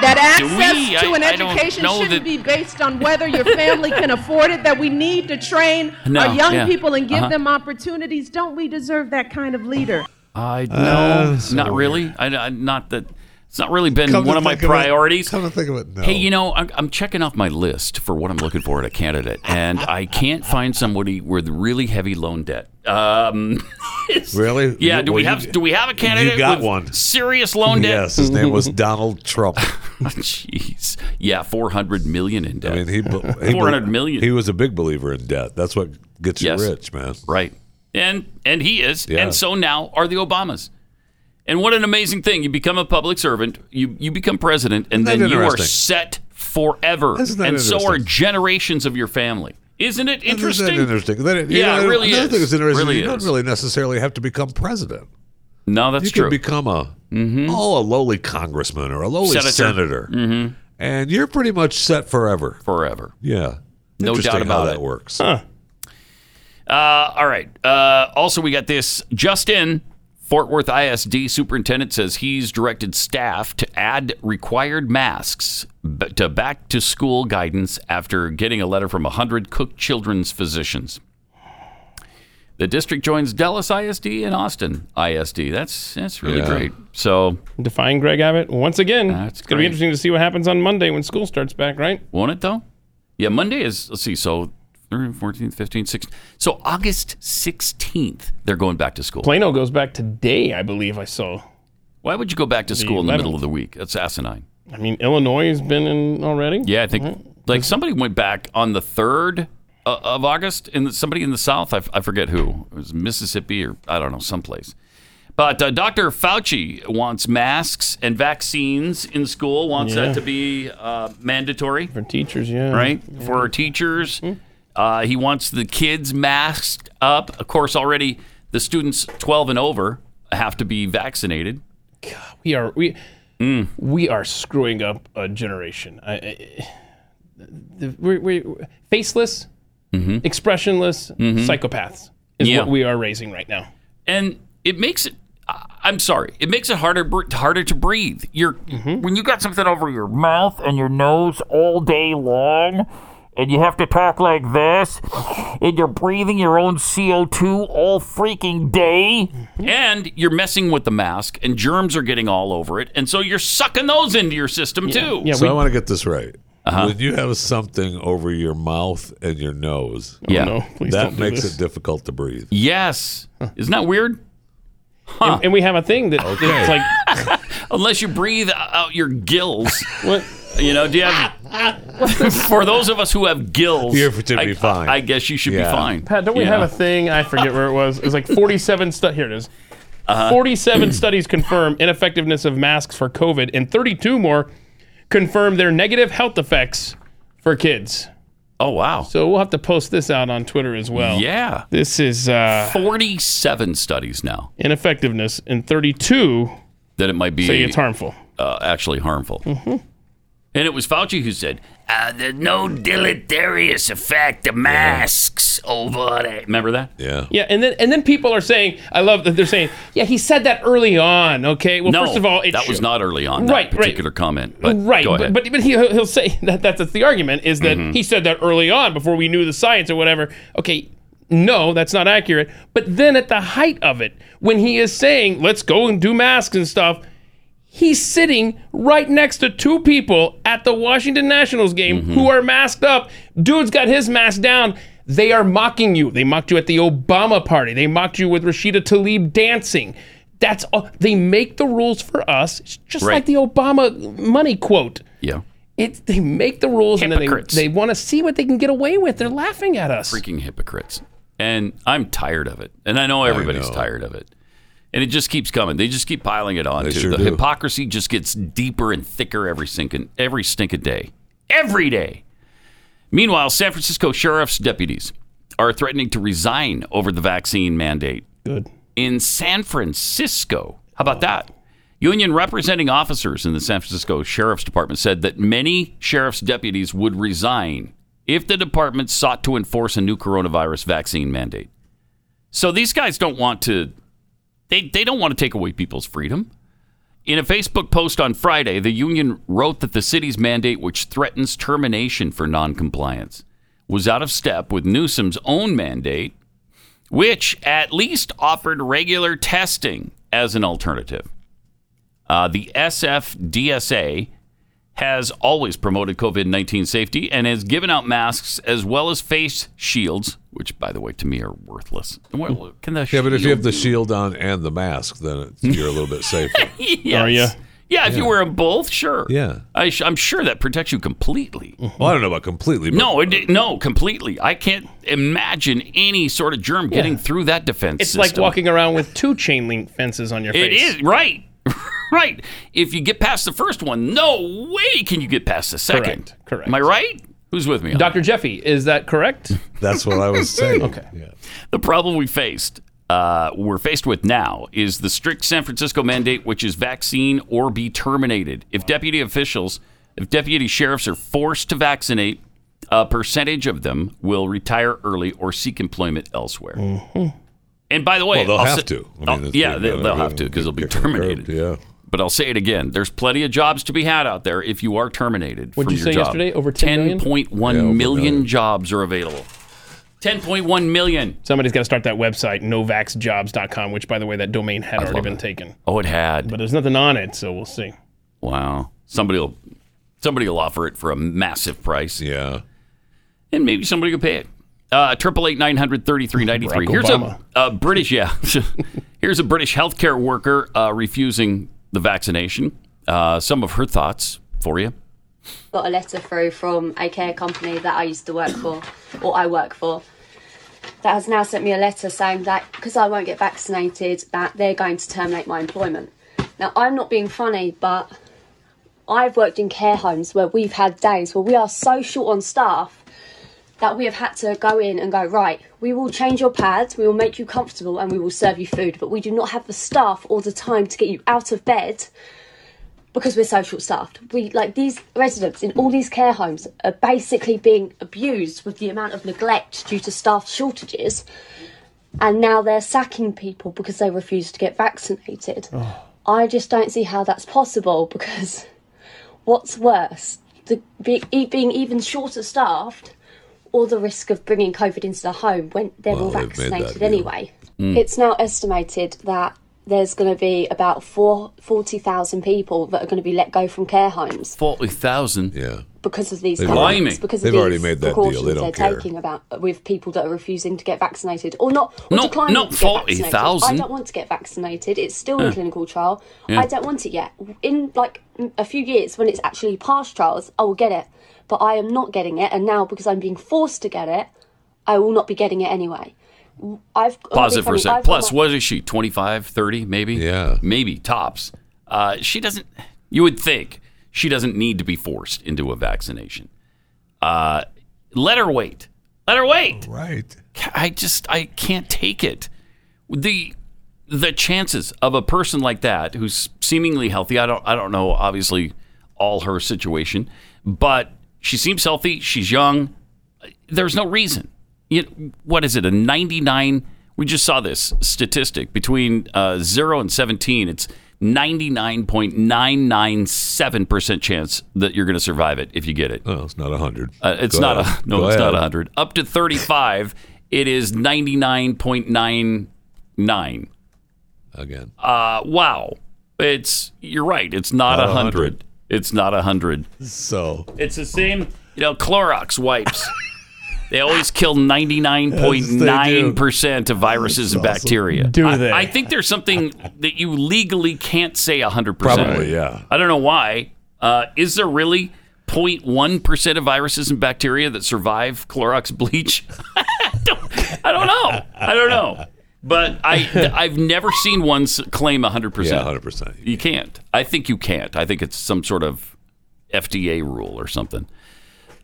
M: that
B: Do we?
M: access to
B: I-
M: an
B: I don't
M: education
B: know that-
M: shouldn't be based on whether your family can afford it, that we need to train
B: No,
M: our young
B: yeah.
M: people and give
B: Uh-huh.
M: them opportunities? Don't we deserve that kind of leader?
B: is. I no,
C: Uh, so
B: not
C: weird.
B: really. I, I- not that it's not really been
C: Come to
B: one of my
C: think it-
B: priorities.
C: come to think of it, no.
B: Hey, you know, I'm, I'm checking off my list for what I'm looking for in a candidate, and I can't find somebody with really heavy loan debt. Um,
C: Really?
B: yeah.
C: You-
B: Do we
C: well,
B: have
C: you-
B: Do we have a candidate?
C: You got
B: with
C: one.
B: Serious loan debt.
C: Yes, his name was Donald Trump.
B: Jeez. Yeah, four hundred million in debt.
C: I mean, he, be- he
B: four hundred million.
C: He was a big believer in debt. That's what gets you
B: Yes.
C: rich, man.
B: Right. and and he is,
C: Yeah.
B: and so now are the Obamas. And what an amazing thing! You become a public servant, you you become president, and
C: Isn't that
B: then you are
C: interesting?
B: set forever.
C: Isn't that
B: and so are
C: interesting?
B: generations of your family. Isn't it interesting?
C: Isn't that interesting? That it- you
B: yeah,
C: know,
B: it really
C: another
B: is.
C: thing that's interesting.
B: Really
C: you don't
B: is.
C: really necessarily have to become president.
B: No, that's
C: you
B: true. Mm-hmm.
C: can become a oh a lowly congressman or a lowly
B: Senator.
C: senator,
B: Mhm.
C: and you're pretty much set forever.
B: Forever.
C: Yeah.
B: No
C: Interesting
B: doubt about
C: how that
B: it.
C: works.
B: Uh, all right. Uh, also, we got this. Just in, Fort Worth ISD superintendent says he's directed staff to add required masks b- to back to school guidance after getting a letter from 100 Cook Children's physicians. The district joins Dallas ISD and Austin ISD. That's that's really
D: Yeah.
B: great. So
D: defying Greg Abbott once again. it's going to
B: great.
D: be interesting to see what happens on Monday when school starts back, right?
B: Won't it though? Yeah, Monday is let's see, so 13th, 14th, 15th, 16th. So August 16th, they're going back to school.
D: Plano goes back today, I believe I saw.
B: Why would you go back to
D: The
B: school in the middle
D: 11th.
B: of the week? That's asinine.
D: I mean, Illinois has been in already.
B: Yeah, I think
D: Mm-hmm.
B: like somebody went back on the third uh, of August, and somebody in the South, I, f- I forget who, it was Mississippi or I don't know, someplace. But uh, Dr. Fauci wants masks and vaccines in school. Wants
D: Yeah.
B: that to be uh, mandatory for
D: teachers. Yeah,
B: right for our teachers.
D: Mm-hmm.
B: Uh, he wants the kids masked up. Of course, already the students 12 and over have to be vaccinated.
D: We are we we are screwing up a generation. I, I, the, we we faceless, Mm-hmm. expressionless
B: Mhm.
D: psychopaths is
B: Yeah.
D: what we are raising right now.
B: and it makes it. I- I'm sorry. It makes it harder br- harder to breathe. You're
C: Mm-hmm.
B: when you got something over your mouth and your nose all day long, and you have to talk like this, and you're breathing your own CO2 all freaking day, and you're messing with the mask, and germs are getting all over it, and so you're sucking those into your system too.
C: so I want to get this right.
B: Uh-huh.
C: When you have something over your mouth and your nose,
B: Yeah. no, please
C: that
B: don't do
C: makes
B: this.
C: it difficult to breathe.
B: yes, isn't that weird?
D: And, and we have a thing that it's like
B: Unless you breathe out your gills. what? You know, do you have. for those of us who have gills,
C: You should
B: I,
C: be fine.
B: I guess you should
C: Yeah.
B: be fine.
D: Pat, don't we
B: You
D: have
B: know?
D: a thing? I forget where it was. It was like 47 stu- Here it is.
B: Uh-huh.
D: 47 studies confirm ineffectiveness of masks for COVID, and 32 more confirm their negative health effects for kids.
B: Oh, wow.
D: So we'll have to post this out on Twitter as well.
B: Yeah.
D: This is uh,
B: 47 studies now
D: ineffectiveness, and 32
B: that it might be.
D: say it's harmful.
B: uh, actually harmful.
D: Mm-hmm.
G: Mhm.
B: And it was Fauci who said,
G: Uh, there's no deleterious effect of masks over it.
B: remember that?
C: Yeah.
D: Yeah, and then and then people are saying, I love that they're saying, yeah, he said that early on. Okay, well,
B: no,
D: first of all, it
B: that was
D: should-
B: not early on.
D: Right,
B: that
D: right.
B: particular comment. But
D: right,
B: Go ahead.
D: but but, but he, he'll he'll say that that's, that's the argument is that
B: Mhm.
D: he said that early on before we knew the science or whatever. Okay, no, that's not accurate. But then at the height of it, when he is saying let's go and do masks and stuff, he's sitting right next to two people at the Washington Nationals game
B: Mm-hmm.
D: who are masked up. Dude's got his mask down. They are mocking you. They mocked you at the Obama party. They mocked you with Rashida Tlaib dancing. That's all. They make the rules for us, It's just
B: Right.
D: like the Obama money quote.
B: yeah.
D: It, they make the rules
B: Hypocrites.
D: and then they, they want to see what they can get away with. They're laughing at us.
B: Freaking hypocrites. And I'm tired of it. And I know everybody's tired of it. And it just keeps coming. They just keep piling it on.
C: They
B: too.
C: sure
B: the
C: do.
B: hypocrisy just gets deeper and thicker every stinking every stinking day. Every day. Meanwhile, San Francisco sheriff's deputies are threatening to resign over the vaccine mandate.
D: Good.
B: In San Francisco. How about that? Union representing officers in the San Francisco Sheriff's Department said that many sheriff's deputies would resign if the department sought to enforce a new coronavirus vaccine mandate. So these guys don't want to they, they don't want to take away people's freedom. In a Facebook post on Friday, the union wrote that the city's mandate, which threatens termination for noncompliance, was out of step with Newsom's own mandate, which at least offered regular testing as an alternative. Uh, the SFDSA has always promoted COVID 19 safety and has given out masks as well as face shields, which, by the way, to me are worthless. Well, can the
C: yeah, but if you have the
B: shield-
C: shield on and the mask, then it's, you're a little bit safer.
B: Yes.
C: Are ya?
B: Yeah, if you
C: Yeah.
B: wear them both, sure.
C: Yeah.
B: I sh- I'm sure that protects you completely.
C: Well, I don't know about completely. But
B: No, it, di- no, completely. I can't imagine any sort of germ
D: Yeah.
B: getting through that defense.
D: It's like
B: system.
D: walking around with two chain link fences on your
B: It
D: face.
B: is right, right. If you get past the first one, no way can you get past the second. Correct. Am I right? Who's with me? on
D: Dr. Jeffy, is that correct?
C: That's what I was saying.
D: okay.
B: The problem we faced, uh, we're faced with now, is the strict San Francisco mandate, which is vaccine or be terminated. If deputy officials, if deputy sheriffs are forced to vaccinate, a percentage of them will retire early or seek employment elsewhere. And by the way,
C: Mm-hmm. Well, they'll
B: I'll
C: have
B: say-
C: to. I mean,
B: I'll-
C: it's-
B: yeah,
C: you
B: they,
C: gotta-
B: they'll have to because they'll be terminated.
C: Yeah.
B: But I'll say it again. There's plenty of jobs to be had out there if you are terminated.
D: What'd
B: from
D: you
B: your
D: say
B: job.
D: yesterday? Over 10 million?
B: 10.1
D: Yeah, over a
B: million
D: million.
B: jobs are available. 10.1 million.
D: Somebody's got to start that website, novaxjobs.com, which, by the way, that domain had already been taken.
B: Oh, it had.
D: But there's nothing on it, so we'll see.
B: Wow. Somebody will somebody will offer it for a massive price.
C: Yeah.
B: And maybe somebody will pay it. Uh triple eight nine hundred thirty three ninety three.
D: Barack
B: Here's
D: Obama.
B: a, a British yeah. Here's a British healthcare worker uh, refusing the vaccination. Uh, some of her thoughts for you.
N: got a letter through from a care company that I used to work for, or I work for, that has now sent me a letter saying that because I won't get vaccinated, that they're going to terminate my employment. Now, I'm not being funny, but I've worked in care homes where we've had days where we are so short on staff that we have had to go in and go, right, we will change your pads, we will make you comfortable, and we will serve you food, but we do not have the staff or the time to get you out of bed because we're so short staffed. We like these residents in all these care homes are basically being abused with the amount of neglect due to staff shortages, and now they're sacking people because they refuse to get vaccinated.
C: Oh.
N: I just don't see how that's possible because what's worse, the be, e- being even shorter staffed, or the risk of bringing COVID into the home when they're
O: Well,
N: all
O: they've made that
N: vaccinated
O: deal.
N: anyway.
O: Mm.
N: It's now estimated that there's going to be about four, 40,000 people that are going to be let go from care homes
B: Forty thousand.
C: Yeah.
N: because of these
C: They've
N: guidelines,
C: already-
N: because
C: they've
N: of these
C: already made that deal.
N: precautions
C: They don't
N: are
C: care.
N: taking about with people that are refusing to get vaccinated or not or
B: No,
N: declining
B: not
N: to get vaccinated.
B: 40,000.
N: I don't want to get vaccinated. It's still in
B: Yeah.
N: clinical trial.
B: Yeah.
N: I don't want it yet. In like a few years when it's actually past trials, I will get it. But I am not getting it, and now because I'm being forced to get it, I will not be getting it anyway. I've
B: Pause it for a
N: I've
B: second.
N: got
B: Plus,
N: my-
B: what is she, 25, 30, maybe? Yeah. Maybe, tops. Uh, she doesn't, you would think she doesn't need to be forced into a vaccination. Uh, let her wait. Let her wait.
C: Right.
B: I just, I can't take it. The the chances of a person like that who's seemingly healthy i don't i don't know obviously all her situation but she seems healthy she's young there's no reason you, what is it a 99 we just saw this statistic between uh, 0 and 17 it's 99.997% chance that you're going to survive it if you get it
C: oh it's not 100
B: uh, it's
C: Go
B: not
C: ahead.
B: a no
C: Go
B: it's not
C: ahead.
B: 100 up to 35 it is 99.99
C: again.
B: Uh, wow. It's you're right. It's not
C: Not
B: a
C: 100.
B: hundred. It's not a hundred.
C: So
B: It's the same. You know, Clorox wipes. they always kill ninety nine point nine percent of viruses and bacteria.
D: Do
B: I,
D: they?
B: I think there's something that you legally can't say hundred percent.
C: Probably, yeah.
B: I don't know why. Uh, is there really 0.1 percent of viruses and bacteria that survive Clorox bleach? I don't know. I don't know. But I, I've never seen one s- claim 100%.
C: Yeah, 100%.
B: You can't. I think you can't. I think it's some sort of FDA rule or something.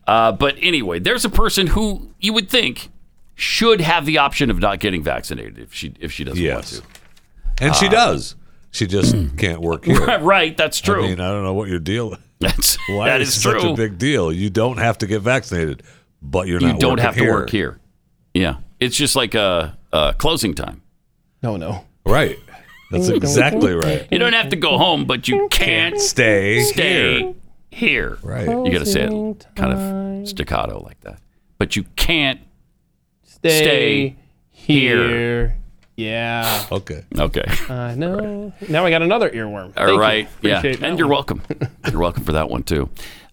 B: Uh, but anyway, there's a person who you would think should have the option of not getting vaccinated if she if she doesn't
C: Yes.
B: want to.
C: And she
B: Uh,
C: does. She just can't work here.
B: right, that's true.
C: I mean, I don't know what your deal.
B: That's
C: Why
B: that
C: is
B: is
C: such
B: true.
C: a big deal? You don't have to get vaccinated, but you're not.
B: you don't
C: working
B: have to
C: here.
B: work here. Yeah, it's just like a, a closing time.
D: No, no.
C: Right. That's exactly right.
B: You don't have to go home, but you can't
C: Stay
B: stay
C: here.
B: here.
C: Right.
B: You got to say
D: Closing
B: it kind of staccato like that. But you can't
D: Stay,
B: stay
D: here.
B: here.
D: Yeah.
C: Okay.
B: Okay.
D: I know. Now I got another earworm.
B: All
D: Thank you.
B: right. Yeah.
D: Appreciate that
B: And you're
D: one.
B: welcome. you're welcome for that one, too.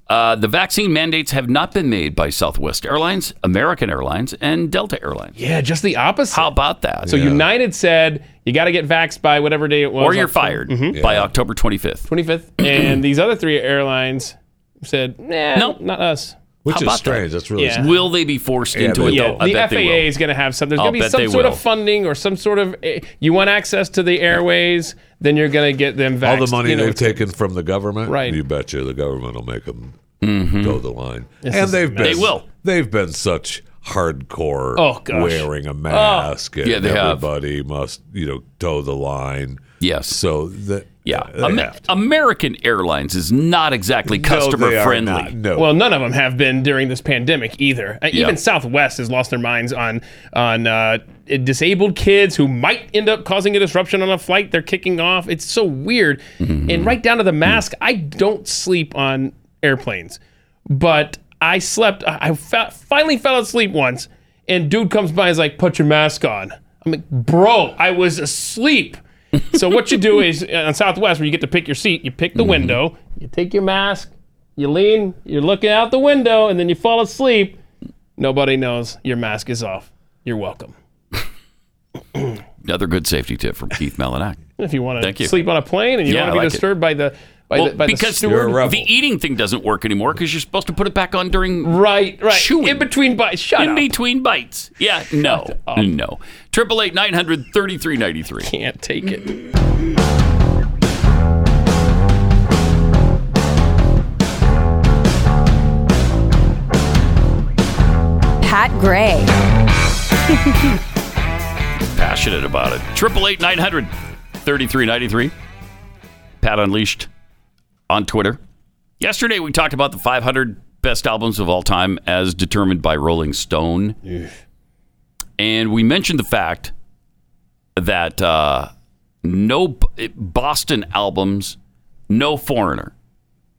B: Uh, the vaccine mandates have not been made by Southwest Airlines, American Airlines, and Delta Airlines.
D: Yeah, just the opposite. How
B: about that?
D: So
B: Yeah.
D: United said you got to get vaxxed by whatever day it was,
B: Or you're fired
D: Mm-hmm.
B: by October 25th.
D: 25th. and these other three airlines said, nah, no, not us.
B: Which How is about that? strange. That's really strange. Will they be forced Yeah, into they it, will. though? I
D: The
B: bet
D: FAA
B: they will.
D: is going to have some. There's
B: I'll
D: going to be
B: bet
D: some
B: they
D: sort
B: will.
D: of funding or some sort of. eh, You want access to the airways, then you're going to get them vaxxed.
C: All the money
D: you know,
C: they've taken from the government.
D: Right.
C: You betcha the government will make them
B: Mhm.
C: go the line.
B: This
C: and
B: is
C: they've been,
B: madness. They will.
C: They've been such hardcore.
B: Oh, gosh.
C: Wearing a mask.
B: Oh.
C: And
B: Yeah, they have.
C: everybody must you know toe the line.
B: Yes.
C: So that yeah, they
B: Ama-
C: have to.
B: American Airlines is not exactly
C: No,
B: customer
C: they are
B: friendly.
C: not. No.
D: Well, none of them have been during this pandemic either. Uh,
B: Yeah.
D: Even Southwest has lost their minds on on uh, disabled kids who might end up causing a disruption on a flight. They're kicking off. It's so weird. And right down to the mask, I don't sleep on airplanes, but I slept. I I fa- finally fell asleep once, and dude comes by and is like, "Put your mask on." I'm like, "Bro, I was asleep." so what you do is uh, on Southwest, where you get to pick your seat, you pick the window, you take your mask, you lean, you're looking out the window, and then you fall asleep. Nobody knows your mask is off. You're welcome.
B: Another good safety tip from Keith Malinak.
D: If you want
B: Thank
D: to
B: you.
D: sleep on a plane and you
B: Yeah,
D: don't
B: I
D: want to be
B: like it.
D: disturbed by the by
B: Well,
D: the by the
B: because
D: steward,
B: the eating thing doesn't work anymore because you're supposed to put it back on during
D: right, right,
B: chewing.
D: in between bites. Shut
B: in
D: up.
B: between bites. Yeah, no, no. Triple eight nine hundred thirty three ninety three.
D: Can't take it.
O: Pat Gray.
B: Passionate about it. Triple eight nine hundred thirty three ninety three. Pat Unleashed on Twitter. Yesterday we talked about the five hundred best albums of all time as determined by Rolling Stone, and we mentioned the fact that uh, no B- Boston albums, no foreigner.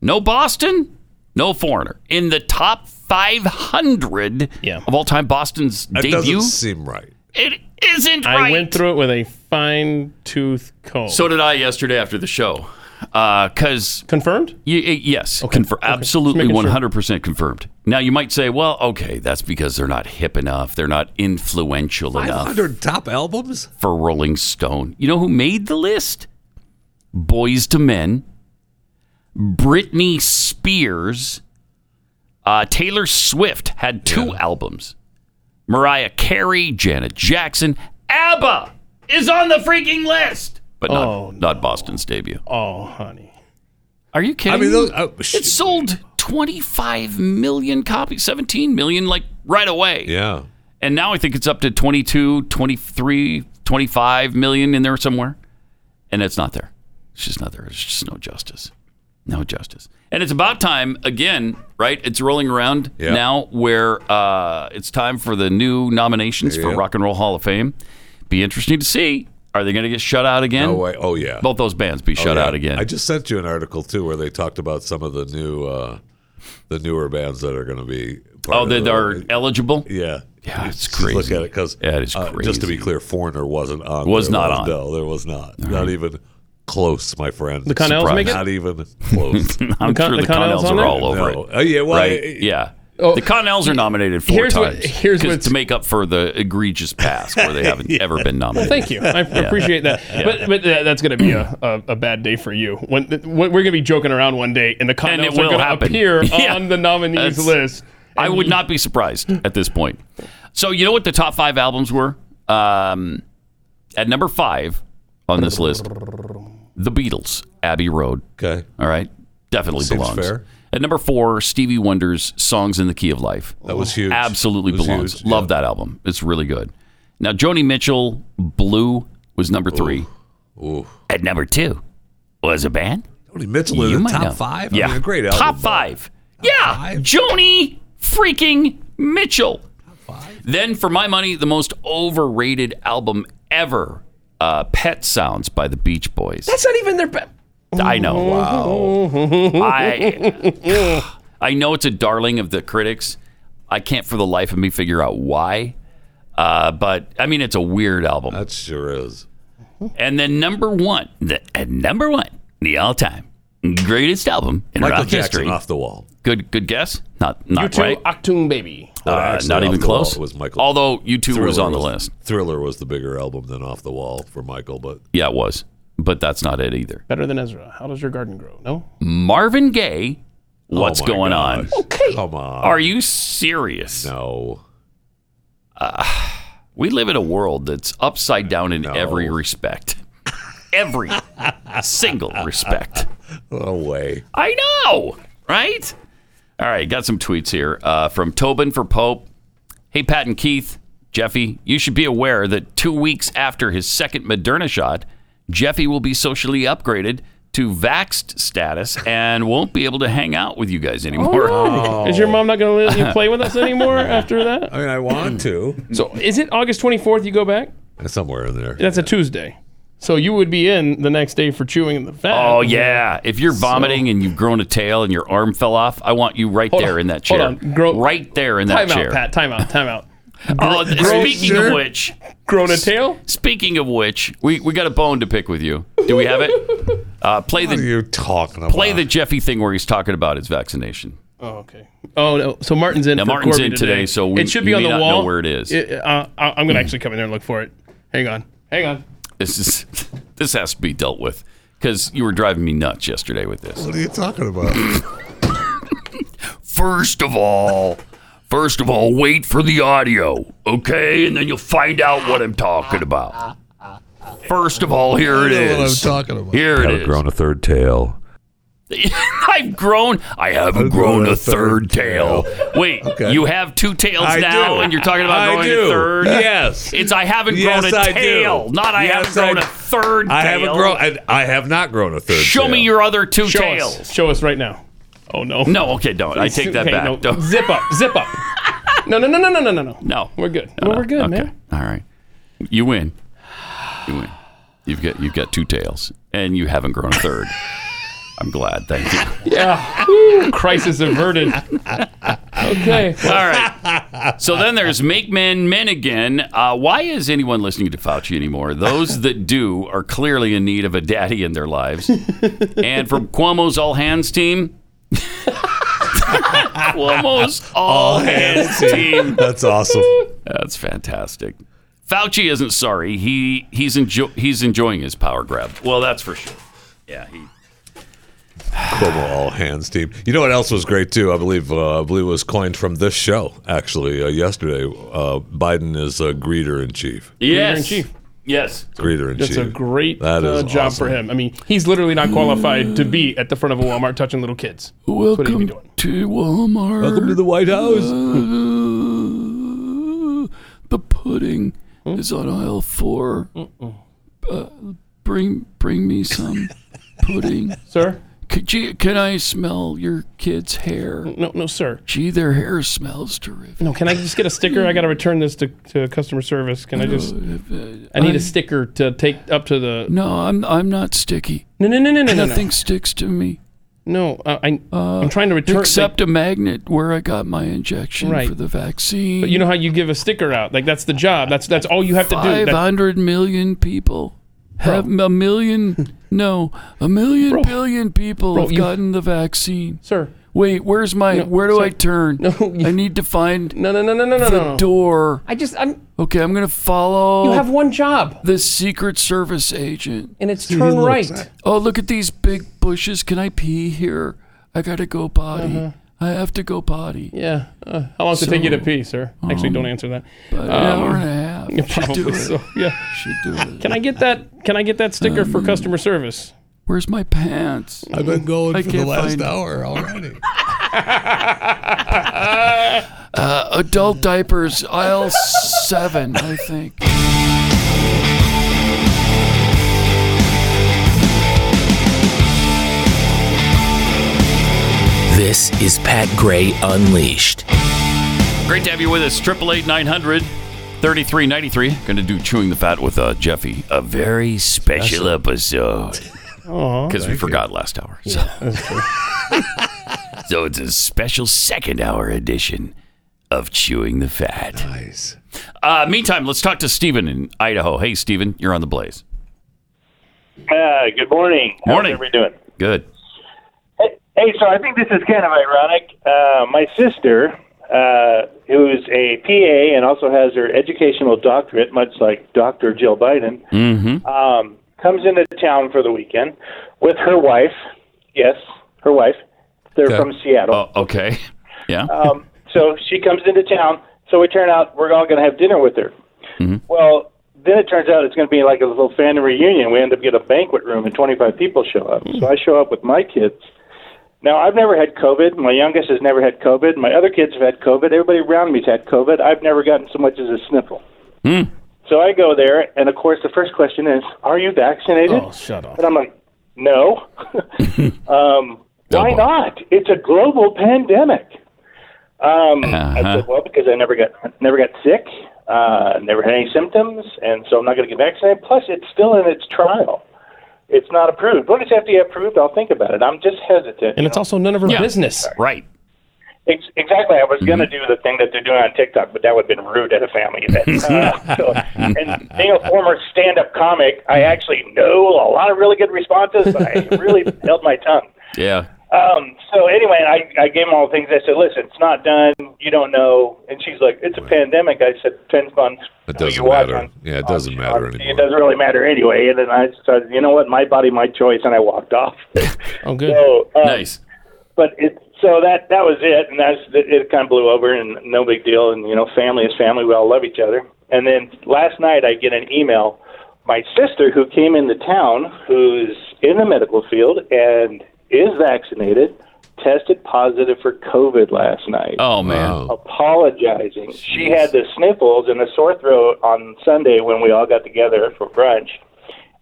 B: No Boston, no foreigner. In the top 500 of all time, Boston's
C: That
B: debut.
C: doesn't seem right.
B: It isn't
D: I
B: right.
D: went through it with a fine tooth comb.
B: So did I yesterday after the show. Uh, Because
D: confirmed?
B: yes, confir- absolutely,
D: making sure.
B: one hundred percent confirmed. Now you might say, "Well, okay, that's because they're not hip enough, they're not influential enough."
C: 500 top albums?
B: for Rolling Stone. You know who made the list? Boys to Men, Britney Spears, uh, Taylor Swift had two albums. Mariah Carey, Janet Jackson, ABBA is on the freaking list, but not,
D: Oh,
B: not Boston's debut.
D: Oh, honey.
B: Are you kidding
D: I mean,
B: me?
D: those-
C: oh,
B: it sold 25 million copies, 17 million, like right away.
C: Yeah.
B: And now I think it's up to 22, 23, 25 million in there somewhere, and it's not there. It's just not there. There's just no justice. No justice. And it's about time again, right? It's rolling around
G: Yeah.
B: now where uh, it's time for the new nominations for
G: Yeah.
B: Rock and Roll Hall of Fame. Be interesting to see. Are they going to get shut out again?
C: No way. Oh, yeah.
B: Both those bands be
C: Oh,
B: shut
C: yeah.
B: out again.
C: I just sent you an article too where they talked about some of the new, uh, the newer bands that are going to be. part
B: Oh,
C: of
B: that
C: the-
B: are eligible.
C: Yeah,
B: yeah, it's
C: Just
B: crazy.
C: Look at it because
B: That is
C: just to
B: crazy.
C: be clear, Foreigner wasn't on.
B: Was
C: there.
B: not
C: was-
B: on.
C: No, there was not.
B: All
C: Not
B: right.
C: even close, my friend.
B: The Connells
C: Surprise.
B: make it?
C: Not even close.
B: I'm sure the Connells are all over
C: No.
B: it.
C: Oh yeah, well,
B: right?
C: I-
B: yeah.
D: Oh,
B: the Connells are nominated four
D: here's what-
B: times.
D: here's
B: 'cause
D: what's-
B: to make up for the egregious past where they haven't ever been
D: Well,
B: nominated.
D: thank you. I
B: Yeah.
D: appreciate that.
B: Yeah.
D: But but that- that's going to be a, a, a bad day for you. When th- we're going to be joking around one day, and the
B: and it
D: Connells are
B: will
D: going to
B: happen
D: appear
B: Yeah.
D: on the nominees
B: That's-
D: list.
B: I would not be surprised at this point. So you know what the top five albums were? Um, at number five on this list, The Beatles, Abbey Road.
C: Okay,
B: all right, definitely
C: Seems
B: belongs.
C: fair.
B: At number four, Stevie Wonder's "Songs in the Key of Life." That
C: was huge.
B: Absolutely
C: It was
B: belongs.
C: huge,
B: Love that album. It's really good. Now Joni Mitchell, "Blue" was number three. At number two was a band.
C: Joni Mitchell in
B: You
C: the
B: might
C: top
B: know.
C: five.
B: Yeah,
C: I mean, a great album.
B: Top five. yeah, Joni freaking Mitchell. Then, for my money, the most overrated album ever, uh, "Pet Sounds" by the Beach Boys.
D: That's not even their. Mm-hmm. Be-
B: I know.
D: Wow.
B: I, I know it's a darling of the critics. I can't for the life of me figure out why. Uh, but I mean, it's a weird album. That
C: sure is.
B: And then number one, the, at number one, the all-time greatest album in
C: Michael
B: rock
C: Jackson,
B: history.
C: Off the Wall.
B: Good, good guess. Not,
D: you
B: not
D: two,
B: right.
D: Octoon Baby.
C: Well,
B: Uh,
C: actually,
B: not
C: Off
B: even
C: the Wall
B: close.
C: Was Michael?
B: Although U2 was on the
C: list. Thriller was the bigger album than Off the Wall for Michael, but
B: Yeah, it was. But that's not it either.
D: Better than Ezra. How does your garden grow? No.
B: Marvin Gaye, what's
D: my
B: going on?
D: Okay.
C: oh Come on.
B: Are you serious?
C: No.
B: Uh, we live in a world that's upside down in every respect. Every single respect.
C: No way.
B: I know, right? All right, got some tweets here uh, from Tobin for Pope. Hey, Pat and Keith, Jeffy, you should be aware that two weeks after his second Moderna shot, Jeffy will be socially upgraded to vaxxed status and won't be able to hang out with you guys anymore.
D: Oh, Is
B: Oh.
D: your mom not going to let you play with us anymore after that?
C: I mean, I want to.
D: So is it August 24th you go back?
C: Somewhere in there.
D: That's a Tuesday. So you would be in the next day for chewing the fat.
B: Oh yeah! If you're vomiting and you've grown a tail and your arm fell off, I want you right
D: Hold
B: there
D: on,
B: in that chair.
D: hold on, grow-
B: right there in
D: Time
B: that chair.
D: out, Pat. Time out. Time out.
B: Oh, th-
D: Grow-
B: speaking
D: sure.
B: of which,
D: grown a tail.
B: Speaking of which, we, we got a bone to pick with you. Do we have it? Uh, play the
C: you talking
B: Play the Jeffy thing where he's talking about his vaccination.
D: Oh, okay. Oh no. So Martin's in.
B: Now,
D: for
B: Martin's
D: Corby
B: in today, so we-
D: it should
B: you
D: be on
B: may
D: the
B: not know
D: wall.
B: where it is.
D: It- uh, I- I'm gonna actually come in there and look for it. Hang on. Hang on.
B: This is this has to be dealt with because you were driving me nuts yesterday with this.
C: What are you talking about?
B: First of all, first of all, wait for the audio, okay? And then you'll find out what I'm talking about. First of all, here it
C: I know what
B: is.
C: I'm talking about.
B: Here it
C: Haven't
B: is.
C: grown a third tail.
B: I've grown. I haven't grown a third tail. Wait, you have two tails
G: I
B: now,
G: do.
B: and you're talking about
G: I
B: growing
G: do.
B: a third.
G: Yes.
B: it's I haven't
G: Yes,
B: grown a
G: I do.
B: tail. Not I
G: Yes,
B: haven't grown
G: I-
B: a third.
C: I
B: tail.
C: haven't grown. I, I have not grown a third.
B: Show me
C: tail.
B: your other two
D: Show
B: tails.
D: us. Show us right now. Oh no.
B: No, okay, don't. I take that
D: Hey,
B: back.
D: no.
B: Don't.
D: Zip up. Zip up. No, no, no, no, no, no, no, no.
B: No,
D: we're good. No, we're good, man.
B: All right, you win. You win. You've got you've got two tails, and you haven't grown a third. I'm glad. Thank you.
D: Yeah. Woo, crisis averted. Okay.
B: All right. So then there's Make Men Men Again. Uh, why is anyone listening to Fauci anymore? Those that do are clearly in need of a daddy in their lives. And from Cuomo's All Hands team. Cuomo's All Hands team.
C: That's awesome.
B: That's fantastic. Fauci isn't sorry. He he's enjo- he's enjoying his power grab. Well, that's for sure. Yeah, he
C: Cuomo all hands team. You know what else was great too? I believe uh, I believe it was coined from this show actually uh, yesterday. Uh, Biden is a greeter in chief.
D: Yes. Greeter in chief.
B: Yes.
C: Greeter in
D: That's
C: chief.
D: a great
C: That is
D: uh, job
C: awesome.
D: for him. I mean, he's literally not qualified to be at the front of a Walmart touching little kids. That's what he'd be doing.
B: to Walmart.
D: Welcome
C: to the White House.
B: the pudding is on aisle 4 Uh, bring bring me some pudding,
D: sir.
B: gee, can I smell your kid's hair?
D: No, no, sir.
B: Gee, their hair smells terrific.
D: No, can I just get a sticker? I got to return this to, to customer service. Can I just? I need
B: uh, I-
D: a sticker to take up to the.
B: No, I'm I'm not sticky.
D: No, no, no, no, no, no, no.
B: Nothing sticks to me.
D: No, uh, I I'm trying to return.
B: Except a magnet where I got my injection
D: Right.
B: for the vaccine.
D: But you know how you give a sticker out? Like that's the job. That's that's all you have to do.
B: Five
D: That-
B: hundred million people have a million. no, a million billion people
D: Bro,
B: have
D: you-
B: gotten the vaccine,
D: sir.
B: Wait, where's my?
D: No,
B: where do
D: sir.
B: I turn? No, I need to find.
D: No, no, no, no, no, no,
B: the
D: no.
B: door.
D: I just I'm.
B: Okay, I'm gonna follow.
D: You have one job,
B: the Secret Service agent,
D: and it's turn right.
B: Oh, look at these big bushes. Can I pee here? I gotta go potty.
D: Uh-huh.
B: I have to go potty.
D: Yeah. Uh, how long does it take you to
B: So,
D: pee, sir? Actually,
B: um,
D: don't answer that.
B: about an hour and a half.
D: yeah,
B: Should
D: probably
B: do it.
D: so. Yeah.
B: Should do it.
D: Can I get that? Can I get that sticker for
B: Um,
D: customer service?
B: Where's my pants?
P: I've been going
B: I
P: for the
B: can't
P: last
B: find-
P: hour already.
B: Uh, adult diapers, aisle seven, I think.
H: This is Pat Gray Unleashed.
B: Great to have you with us. Triple eight nine hundred thirty three ninety three. Going to do chewing the fat with uh, Jeffy. A very special,
H: Special.
B: episode
D: Aw.
B: because we forgot last hour. So. so it's a special second hour edition of chewing the fat. Nice. Uh, meantime, let's talk to Steven in Idaho. Hey, Steven, you're on the blaze.
Q: Uh, good morning.
B: Morning.
Q: How's everybody doing?
B: Good.
Q: Hey, so I think this is kind of ironic. Uh, my sister, uh, who's a PA and also has her educational doctorate, much like Dr. Jill Biden,
R: Mm-hmm.
Q: um, comes into town for the weekend with her wife. Yes, her wife. They're
B: Okay.
Q: from Seattle.
B: Oh, okay. Yeah.
Q: Um, so she comes into town. So we turn out we're all going to have dinner with her.
B: Mhm.
Q: Well, then it turns out it's going to be like a little family reunion. We end up getting a banquet room, and 25 people show up. So I show up with my kids. Now I've never had COVID. My youngest has never had COVID. My other kids have had COVID. Everybody around me's had COVID. I've never gotten so much as a sniffle.
B: Hmm.
Q: So I go there, and of course the first question is, "Are you vaccinated?"
D: Oh, shut up.
Q: And I'm like, "No." um, why not? It's a global pandemic. Um, I said, well, because I never got never got sick, uh, never had any symptoms, and so I'm not going to get vaccinated. Plus, it's still in its trial; it's not approved. When it's FDA approved, I'll think about it. I'm just hesitant.
D: And it's also none of her business.
B: Right.
Q: Ex- exactly, I was going to do
C: Mm-hmm.
Q: the thing that they're doing on TikTok, but that would have been rude at a family event. Uh, so, and being a former stand-up comic, I actually know a lot of really good responses, but I really held my tongue.
B: Yeah.
Q: Um, so anyway, I, I gave him all the things. I said, listen, it's not done. You don't know. And she's like, it's a pandemic. I said, depends on
C: It
Q: who
C: doesn't
Q: you watch
C: matter.
Q: on-
C: Yeah, it doesn't matter anymore.
Q: It doesn't really matter anyway. And then I said, you know what? My body, my choice. And I walked off.
D: Oh, good.
Q: So, um,
B: nice.
Q: But it, so that, that was it. And that's, it, it kind of blew over and no big deal. And, you know, family is family. We all love each other. And then last night I get an email. My sister, who came into town, who's in the medical field and is vaccinated, tested positive for COVID last night.
B: Oh man.
Q: Apologizing. She had the sniffles and the sore throat on Sunday when we all got together for brunch.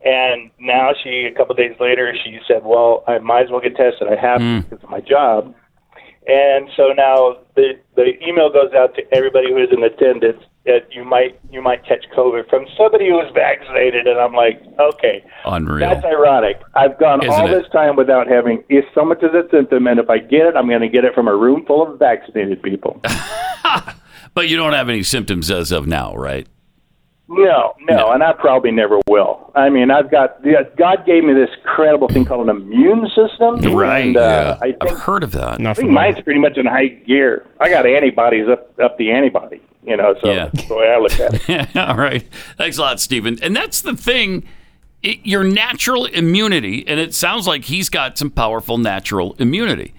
Q: And now she, a couple days later, she said, Well, I might as well get tested. I have
B: Hmm.
Q: to because of my job. And so now the, the email goes out to everybody who is in attendance that you might you might catch COVID from somebody who was vaccinated. And I'm like, okay,
B: Unreal.
Q: that's ironic. I've gone
B: Isn't
Q: all
B: it?
Q: this time without having if so much as a symptom, and if I get it, I'm going to get it from a room full of vaccinated people.
B: But you don't have any symptoms as of now, right?
Q: No, no, and I probably never will. I mean, I've got yeah, God gave me this incredible thing called an immune system.
B: Right,
Q: And, uh, I think,
B: I've heard of that.
Q: I think mine's pretty much in high gear. I got antibodies up up the antibody. You know, so
B: Yeah.
Q: that's the way I look at it.
B: All right. Thanks a lot, Stephen. And that's the thing it, your natural immunity, and it sounds like he's got some powerful natural immunity.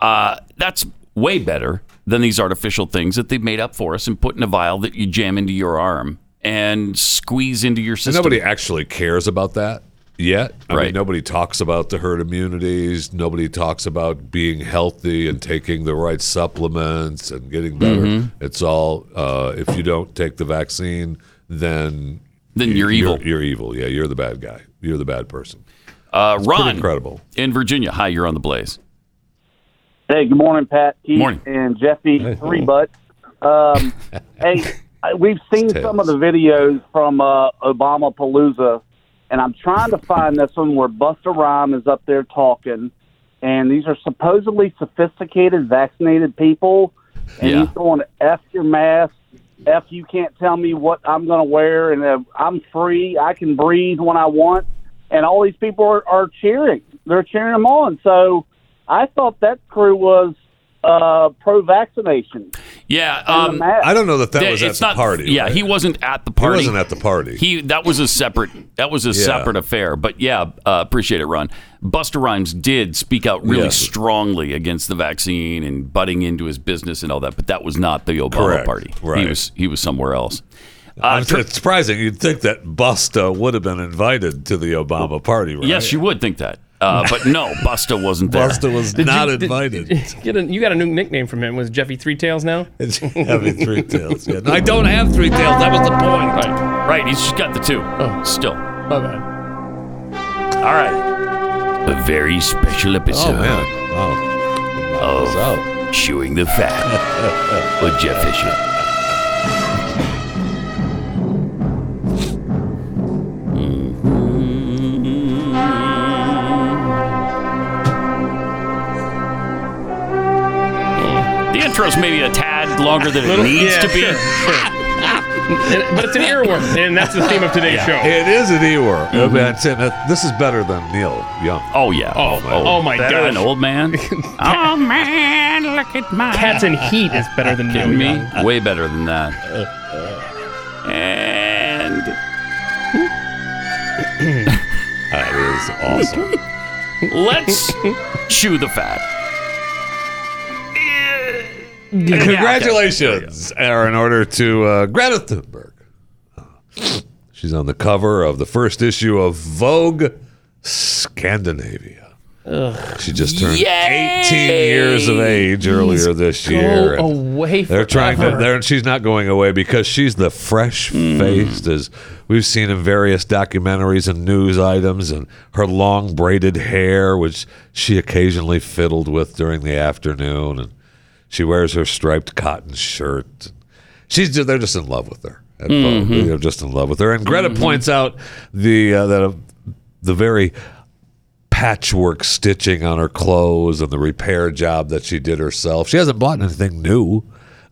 B: Uh, that's way better than these artificial things that they've made up for us and put in a vial that you jam into your arm and squeeze into your
C: And
B: system.
C: nobody actually cares about that yet. I mean,
B: Right.
C: nobody talks about the herd immunities. Nobody talks about being healthy and taking the right supplements and getting better.
B: Mhm.
C: It's all uh, if you don't take the vaccine then
B: Then you're evil.
C: You're, evil. Yeah, you're the bad guy. You're the bad person.
B: Uh,
C: It's pretty
B: Ron,
C: incredible.
B: in Virginia. Hi, you're on the blaze.
P: Hey, good morning, Pat, Keith,
B: Morning.
P: and Jeffy, three butts. Um, hey, I- we've seen some of the videos from uh, Obama Palooza, and I'm trying to find this one where Busta Rhyme is up there talking, and these are supposedly sophisticated, vaccinated people, and
B: Yeah.
P: he's going, F your mask, F you can't tell me what I'm going to wear, and uh, I'm free, I can breathe when I want, and all these people are, are cheering. They're cheering him on, so... I thought that crew was uh, pro-vaccination.
B: Yeah, um,
P: I
C: don't know that that was at
B: it's
C: the
B: not-
C: party,
B: Yeah,
C: right?
B: he wasn't at the party.
C: wasn't at the party.
B: He that was a separate that was a
C: Yeah.
B: separate affair. But yeah, uh, appreciate it, Ron. Buster Rhymes did speak out really
C: Yes.
B: strongly against the vaccine and butting into his business and all that. But that was not the Obama
C: Correct,
B: party. He
C: right.
B: was he was somewhere else.
C: I'm-
B: uh,
C: it's surprising. You'd think that Busta would have been invited to the Obama party, right?
B: Yes, you would think that. Uh, but no, Busta wasn't there.
C: Busta was not invited.
D: Get a, you got a new nickname from him. Was Jeffy Three Tails now?
C: It's Jeffy Three Tails. Yeah, I don't have three tails. That was the point. Oh.
B: Right, right. He's just got the two. Still.
D: My bad.
B: All right. A very special episode
C: Oh,
B: Oh. of Chewing the Fat with Jeff Fisher. Mm-hmm. The intro's maybe a tad longer than it
D: Little-
B: needs
D: yeah,
B: to be.
D: sure, sure. but it's an earworm, and that's the theme of today's show.
C: It is an earworm. Oh, man, it's- uh, This is better than Neil Young.
B: Oh yeah.
D: Oh, oh my
B: better
D: gosh.
B: than old man.
G: Oh man, look at my
D: Cats in Heat is better than Neil
B: Kidding me?
D: Young.
B: Way better than that. And
C: that is awesome.
B: let's chew the fat.
C: Congratulations are in order to uh, Greta Thunberg. She's on the cover of the first issue of Vogue Scandinavia. She just turned
G: Yay!
C: 18 years of age earlier this year. and
D: away
C: They're trying to.
D: forever.
C: They're, she's not going away because she's the fresh-faced, as we've seen in various documentaries and news items, and her long braided hair, which she occasionally fiddled with during the afternoon, and she wears her striped cotton shirt. She's. ju- They're just in love with her. at Vogue.
D: Mm-hmm.
G: Mhm.
C: They're just in love with her. And Greta
G: Mhm.
C: points out the uh, that. uh the very patchwork stitching on her clothes and the repair job that she did herself. She hasn't bought anything new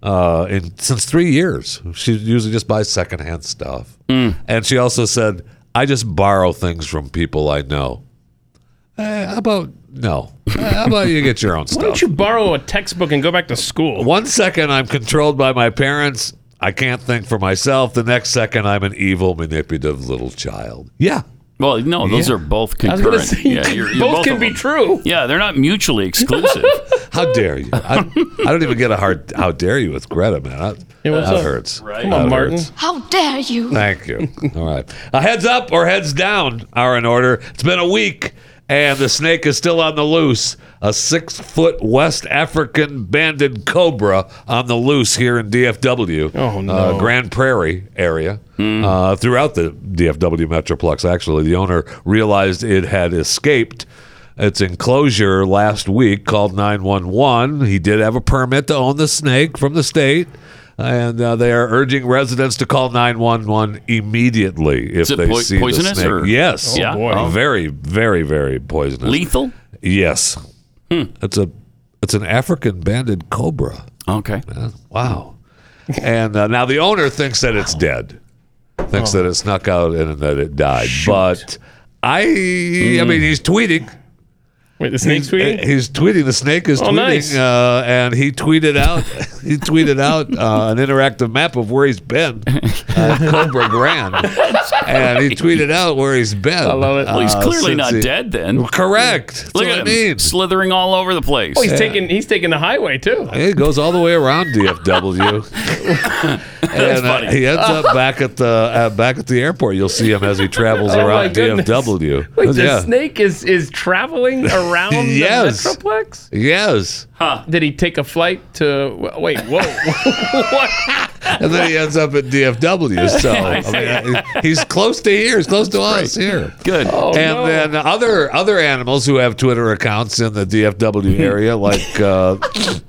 C: uh, in since three years. She usually just buys secondhand stuff.
D: Mm.
C: And she also said, "I just borrow things from people I know." Eh, how about no? Eh, how about you get your own
D: Why
C: stuff?
D: don't you borrow a textbook and go back to school?
C: One second I'm controlled by my parents. I can't think for myself. The next second I'm an evil, manipulative little child. Yeah.
B: Well, no, those
C: Yeah.
B: are both
C: I was
B: concurrent.
C: gonna say,
B: yeah, you're, you're
C: both can
B: of
C: be
B: them.
D: true.
B: Yeah, they're not mutually exclusive.
C: How dare you? I, I don't even get a hard. How dare you with Greta, man? I,
B: Yeah, what's
C: that
B: up?
C: hurts.
B: Right.
C: That
B: Come on,
C: hurts.
G: How dare you?
C: Thank you. All right. A heads up or heads down are in order. It's been a week, and the snake is still on the loose. A six foot West African banded cobra on the loose here in DFW, oh,
D: no.
C: uh, Grand Prairie area,
B: Hmm.
C: uh, throughout the DFW Metroplex. Actually, the owner realized it had escaped. Its enclosure last week called 911. He did have a permit to own the snake from the state and uh, they are urging residents to call 911 immediately if
B: Is it
C: they
B: poi-
C: see
B: poisonous
C: the snake.
B: or-
C: Yes.
B: Oh, Yeah? boy. Oh.
C: Very, very, very poisonous.
B: Lethal?
C: Yes.
B: Hmm.
C: It's a it's an African banded cobra.
B: Okay.
C: Wow. and uh, now the owner thinks that it's dead. Thinks
B: Oh.
C: that it snuck out and that it died. But I I mean he's tweeting.
D: Wait, the snake's
C: He's- uh,
D: tweeting?
C: He's tweeting. The snake is
D: Oh,
C: tweeting,
D: nice.
C: uh, and he tweeted out. he tweeted out uh, an interactive map of where he's been, uh, Cobra Grand, and he tweeted out where he's been. I love
B: Well, he's clearly not dead then.
C: Correct. That's
B: Look
C: what
B: at
C: I
B: him
C: mean.
B: slithering all over the place.
D: Oh, he's taking he's taking the highway too.
C: It goes all the way around DFW,
D: That's
C: and uh,
D: funny.
C: he ends up back at the uh, back at the airport. You'll see him as he travels
D: Oh, my
C: around
D: goodness.
C: DFW.
D: Wait, the
C: Oh, yeah.
D: snake is is traveling around
C: Yes.
D: the metroplex.
C: Yes.
D: Did he take a flight to? Wait, whoa! what?
C: and then he ends up at DFW. So I mean, he's close to here. He's close to us here.
B: Good.
C: and
B: no.
C: then other other animals who have Twitter accounts in the DFW area, like uh,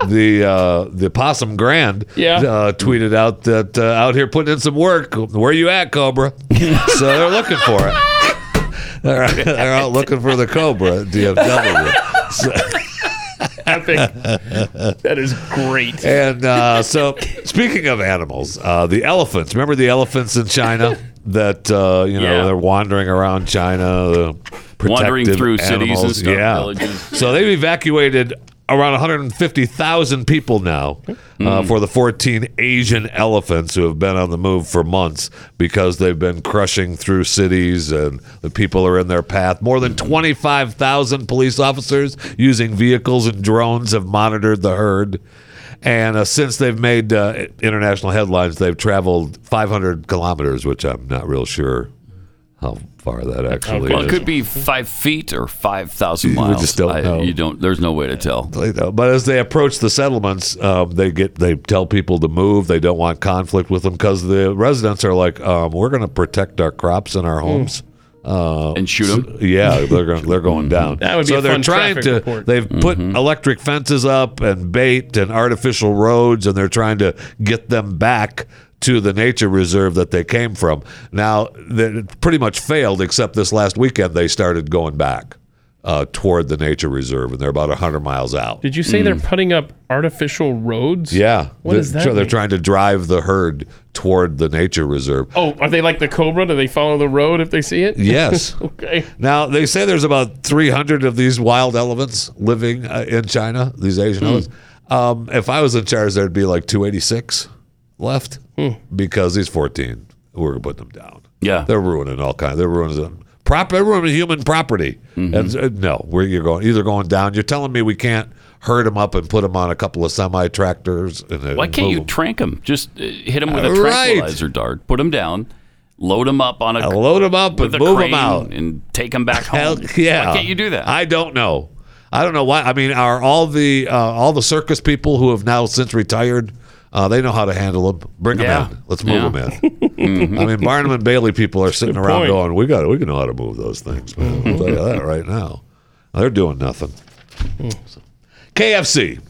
C: the uh, the possum grand,
D: Yeah.
C: uh, tweeted out that uh, out here putting in some work. Where you at, Cobra? so they're looking for it. They're, they're out looking for the cobra at DFW. So-
D: Epic. That is great.
C: and uh, so, speaking of animals, uh, the elephants. Remember the elephants in China that uh, you know
B: Yeah.
C: they're wandering around China, the protected
B: Wandering through cities and
C: animals.
B: stuff,
C: yeah.
B: villages.
C: So they've evacuated around 150,000 people now uh,
B: Mm.
C: for the 14 Asian elephants who have been on the move for months because they've been crushing through cities and the people are in their path. More than
B: Hmm.
C: 25,000 police officers using vehicles and drones have monitored the herd. And uh, since they've made uh, international headlines, they've traveled 500 kilometers, which I'm not real sure how far that actually
B: Well,
C: is.
B: it could be five feet or five thousand miles.
C: We just don't
B: I-
C: know.
B: You don't. There's no way to tell.
C: They don't. But as they approach the settlements, um, they get they tell people to move. They don't want conflict with them because the residents are like, um, we're going to protect our crops and our
B: Hmm.
C: homes. Uh,
B: and shoot them.
C: yeah, they're going. They're going down.
B: That would be
C: so
B: a
C: they're
B: fun
C: trying
B: traffic
C: to.
B: report.
C: They've put electric fences up and bait and artificial roads, and they're trying to get them back to the nature reserve that they came from. Now, that pretty much failed, except this last weekend they started going back uh, toward the nature reserve, and they're about hundred miles out.
D: Did you say they're putting up artificial roads?
C: Mm. Yeah,
D: What
C: they're,
D: does that
C: so they're
D: mean?
C: trying to drive the herd toward the nature reserve.
D: Oh, are they like the cobra? Do they follow the road if they see it?
C: Yes.
D: okay.
C: Now they say there's about 300 of these wild elephants living uh, in China. These Asian
B: Hmm.
C: elephants. Um, if I was in charge, there'd be like 286 left
B: Hmm.
C: because these 14 we're putting them down.
B: Yeah,
C: they're ruining all kinds. They're ruining them. Prop, they're ruining human property.
B: Mm-hmm.
C: And uh, no, where you're going, either going down. You're telling me we can't herd them up and put them on a couple of semi tractors.
B: Why can't you trank them? Just uh, hit them with a
C: Uh, right.
B: tranquilizer dart. Put them down. Load them up on a
C: load them up
B: with
C: and
B: a
C: move 'em
B: crane
C: out.
B: and take them back home.
C: Hell, yeah.
B: Why can't you do that?
C: I don't know. I don't know why. I mean, are all the uh, all the circus people who have now since retired? Uh, they know how to handle them. Bring them
B: Yeah.
C: in. Let's move
B: Yeah.
C: them in. I mean, Barnum and Bailey people are sitting around
B: point.
C: going, "We got. We can know how to move those things." Man. I'll tell you that right now. They're doing nothing. KFC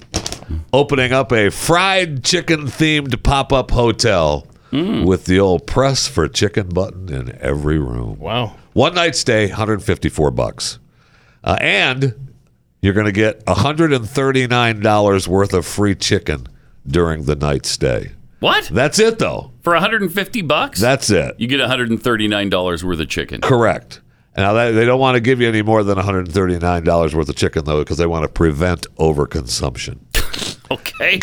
C: opening up a fried chicken themed pop up hotel
B: Mm.
C: with the old press for chicken button in every room.
D: Wow.
C: One night stay, 154 bucks. Uh, and you're going to get $139 worth of free chicken during the night stay.
B: What?
C: That's it though.
B: For 150 bucks,
C: That's it.
B: you get 139 dollars worth of chicken.
C: Correct. Now that, they don't want to give you any more than $139 worth of chicken though because they want to prevent overconsumption.
B: Okay.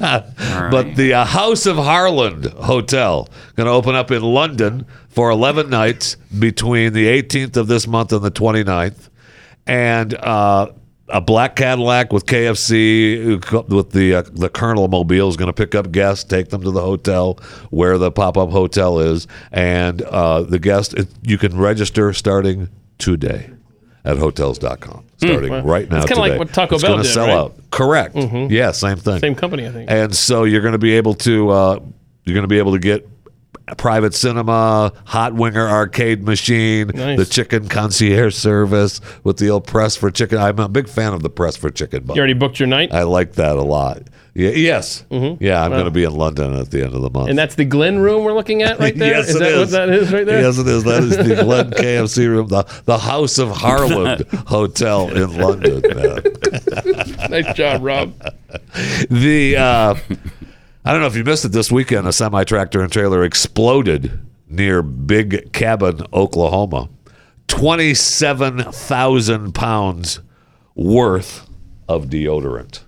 C: But the uh, House of Harland Hotel going to open up in London for 11 nights between the 18th of this month and the 29th. And uh, a black Cadillac with KFC with the uh, the Colonel Mobile is going to pick up guests, take them to the hotel where the pop up hotel is, and uh, the guest it, you can register starting today at hotels.com starting
D: Wow.
C: right now.
D: Hmm. It's kinda
C: today.
D: like what Taco
C: It's
D: Bell
C: gonna
D: did,
C: sell
D: right?
C: out. Correct.
D: Mhm.
C: Yeah, same thing.
D: Same company, I think.
C: And so you're going to be able to uh, you're going to be able to get a private cinema, hot winger arcade machine,
D: Nice.
C: the chicken concierge service with the old press for chicken. I'm a big fan of the press for chicken. Bun.
D: You already booked your night,
C: I like that a lot. Yeah, yes.
D: Mhm.
C: Yeah, I'm
D: Wow.
C: going to be in London at the end of the month.
D: and that's the Glen room we're looking at right there.
C: yes,
D: is
C: it
D: that what
C: is.
D: that is right there?
C: Yes, it is. That is the Glen KFC room, the, the House of Harland Hotel in London. man.
D: nice job, Rob.
C: the uh, I don't know if you missed it this weekend. A semi tractor and trailer exploded near Big Cabin, Oklahoma. Twenty-seven thousand pounds worth of deodorant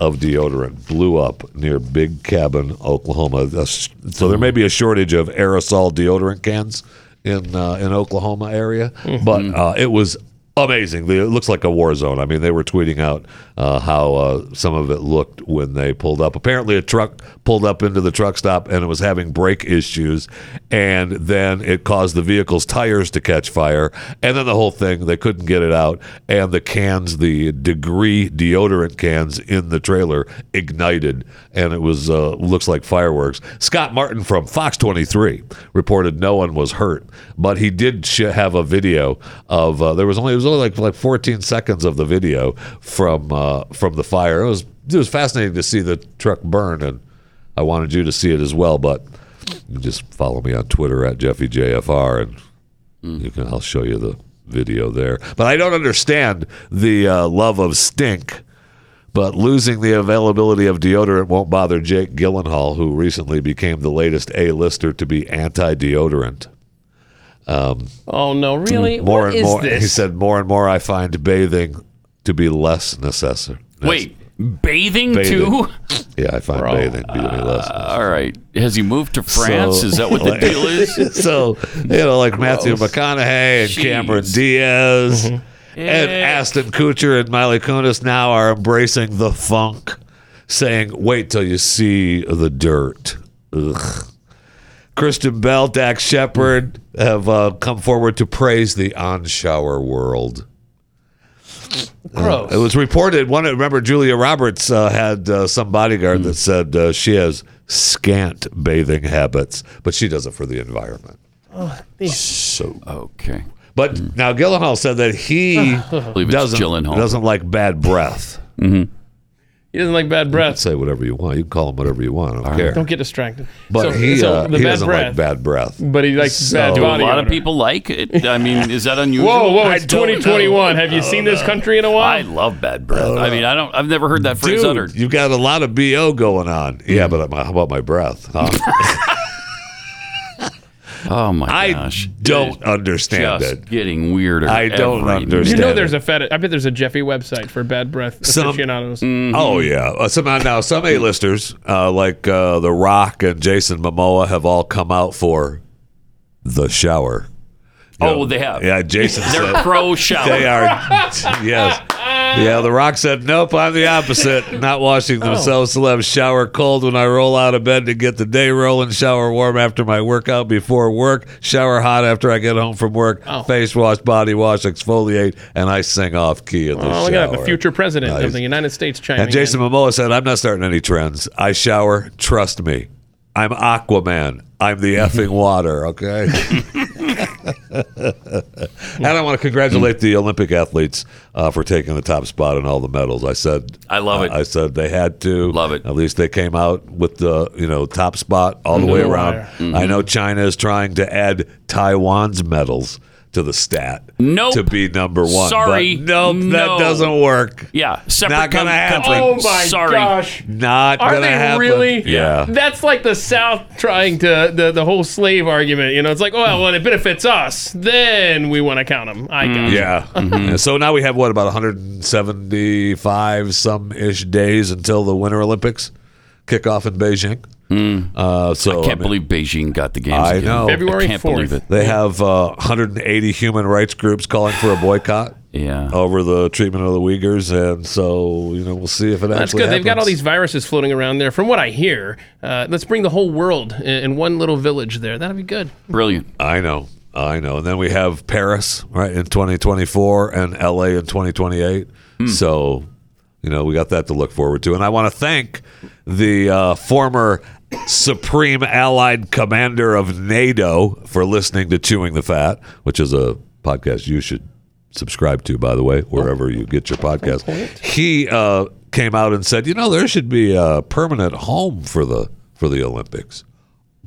C: of deodorant blew up near Big Cabin, Oklahoma. That's- So there may be a shortage of aerosol deodorant cans in uh, in Oklahoma area, but uh, it was amazing. It looks like a war zone. I mean, they were tweeting out uh, how uh, some of it looked when they pulled up. Apparently, a truck pulled up into the truck stop and it was having brake issues, and then it caused the vehicle's tires to catch fire, and then the whole thing. They couldn't get it out, and the cans, the degree deodorant cans in the trailer, ignited, and it was uh, looks like fireworks. Scott Martin from Fox 23 reported no one was hurt, but he did sh- have a video of uh, there was only it was only like like 14 seconds of the video from uh, from the fire. It was it was fascinating to see the truck burn, and I wanted you to see it as well. But you just follow me on Twitter at JeffyJFR, and you can I'll show you the video there. But I don't understand the uh, love of stink. But losing the availability of deodorant won't bother Jake Gyllenhaal, who recently became the latest A-lister to be anti-deodorant. Um,
D: oh no, really?
C: More
D: What
C: and
D: is
C: more,
D: this?
C: he said, more and more I find bathing to be less necessary.
B: Wait, bathing, too?
C: Yeah, I find bathing to be less.
B: all right. Has he moved to France? Is that what the deal is?
C: so you know, like Matthew
B: Gross.
C: McConaughey and Cameron
B: Jeez.
C: Diaz and
B: Eh.
C: Aston Kutcher and Miley Kunis now are embracing the funk, saying, "Wait till you see the dirt." Ugh. Kristen Bell, Dax Shepard have uh, come forward to praise the on-shower world.
D: Gross.
C: It was reported. One remember Julia Roberts uh, had uh, some bodyguard
D: Hmm.
C: that said uh, she has scant bathing habits, but she does it for the environment.
D: Oh, these-
C: So
B: okay.
C: But now Gyllenhaal said that he
B: believe it's
C: doesn't
B: Gyllenhaal.
C: doesn't like bad breath.
B: Mm-hmm.
D: He doesn't like bad breath.
C: say whatever you want. You can call him whatever you want. I don't care.
D: Don't get distracted.
C: But
D: So-
C: he,
D: so
C: uh,
D: the
C: he
D: bad
C: doesn't
D: breath.
C: like bad breath.
D: But he likes bad
B: Do a
D: body
B: lot
D: odor.
B: of people like it? I mean, is that unusual?
D: Whoa, whoa!
B: I
D: It's
B: don't know.
D: 2021. Have
C: Oh,
D: you seen this country in a while?
B: I love bad breath. I mean, I don't. I've never heard that phrase
C: Dude,
B: uttered.
C: you got a lot of bo going on.
D: Hmm.
C: Yeah, but my, how about my breath? huh?
B: Oh my
C: I
B: gosh!
C: don't understand
B: just
C: it.
B: Getting weirder.
C: I don't
B: every
C: understand
B: minute.
D: You know, there's a fetish. I bet there's a Jeffy website for bad breath
C: Some-
D: aficionados.
B: Mm-hmm.
C: Oh yeah. Uh, some now some A-listers uh, like uh, The Rock and Jason Momoa have all come out for the shower. You
B: Oh, they have.
C: Yeah, Jason.
B: They're
C: said-
B: pro shower.
C: They are. yes. Yeah, The Rock said, "Nope, I'm the opposite. Not washing
B: Oh.
C: themselves. Celebs shower cold when I roll out of bed to get the day rolling. Shower warm after my workout before work. Shower hot after I get home from work.
B: Oh.
C: Face wash, body wash, exfoliate, and I sing off key in the
D: Oh,
C: shower."
D: look at that. The future president
C: Nice.
D: of the United States chiming
C: And Jason Momoa said, I'm not starting any trends. I shower. Trust me. I'm Aquaman. I'm the effing water, okay? and I want to congratulate the Olympic athletes uh, for taking the top spot in all the medals. I said,
B: I love it.
C: I said they had to.
B: Love it.
C: At least they came out with the you know top spot all the
B: Under
C: way
B: the
C: around.
B: wire. Mhm.
C: I know China is trying to add Taiwan's medals to the stat.
B: Nope.
C: To be number one.
B: Sorry.
C: But nope,
B: No.
C: that doesn't work.
B: Yeah, separate
C: Not gonna
B: com-
C: happen.
B: country.
D: Oh my
B: Sorry.
D: gosh.
C: Not
D: Are
C: gonna
D: they
C: happen.
D: really?
C: Yeah.
D: That's like the South trying to the, the whole slave argument. You know, it's like, oh, well, when it benefits us, then we want to count them. I got it.
C: Yeah. Mm-hmm. And So now we have what about 175 some ish days until the Winter Olympics kick off in Beijing. Uh, so
B: I can't
C: mean,
B: believe Beijing got the games.
C: I
B: again.
C: know.
B: I can't believe it.
C: They have uh, 180 human rights groups calling for a boycott.
B: Yeah.
C: Over the treatment of the Uyghurs, and so you know we'll see if it
D: That's
C: actually.
D: good. They've got all
C: happens.
D: these viruses floating around there. From what I hear, uh, let's bring the whole world in, in one little village there. That'd be good.
B: Brilliant.
C: I know. I know. And then we have Paris, right, in 2024 and LA in 2028. So, you know, we got that to look forward to. And I want to thank the uh, former Supreme Allied Commander of NATO for listening to Chewing the Fat, which is a podcast you should subscribe to, by the way, wherever you get your podcast. He uh, came out and said, you know, there should be a permanent home for the for the Olympics.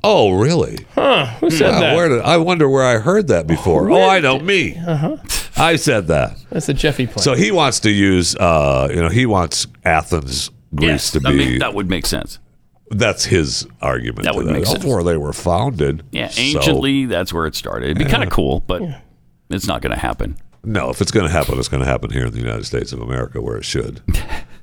C: Oh, really?
D: Huh? Who said
C: Wow,
D: that?
C: where did- I wonder where I heard that before.
D: Where
C: oh, I
D: did-
C: know me.
D: Uh-huh.
C: I said that.
D: That's the Jeffy plan.
C: So he wants to use, uh, you know, he wants Athens, Greece
B: Yes,
C: to
B: that,
C: be.
B: make, that would make sense.
C: that's his argument.
B: That
C: to
B: would make sense.
C: Before they were founded.
B: Yeah,
C: So-
B: anciently, that's where it started. It'd be kind
C: Yeah.
B: of cool, but it's not going to happen.
C: no, if it's going to happen, it's going to happen here in the United States of America, where it should,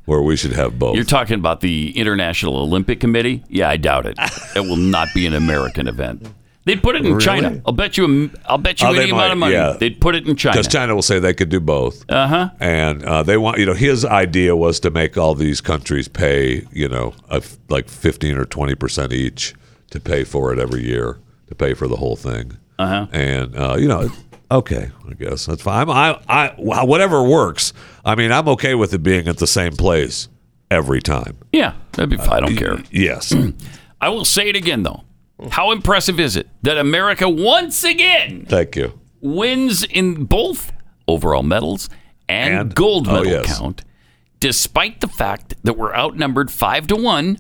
C: where we should have both.
B: You're talking about the International Olympic Committee? Yeah, I doubt it. It will not be an American event. They'd put it in
C: Really?
B: China. I'll bet you. a- I'll bet you
C: Oh, they
B: any amount of
C: might,
B: money.
C: yeah.
B: They'd put it in China.
C: Because China will say they could do both.
B: Uh-huh.
C: And uh, they want, you know, his idea was to make all these countries pay, you know, a f like 15 or 20% each to pay for it every year, to pay for the whole thing.
B: Uh-huh.
C: And, uh, you know, okay, I guess that's fine. I'm, I, I, wh- whatever works. I mean, I'm okay with it being at the same place every time.
B: Yeah, that'd be fine. I don't care.
C: Yes.
B: Uh, I will say it again though. How impressive is it that America once again
C: Thank you.
B: wins in both overall medals and, gold
C: oh,
B: medal
C: yes.
B: count, despite the fact that we're outnumbered five to one,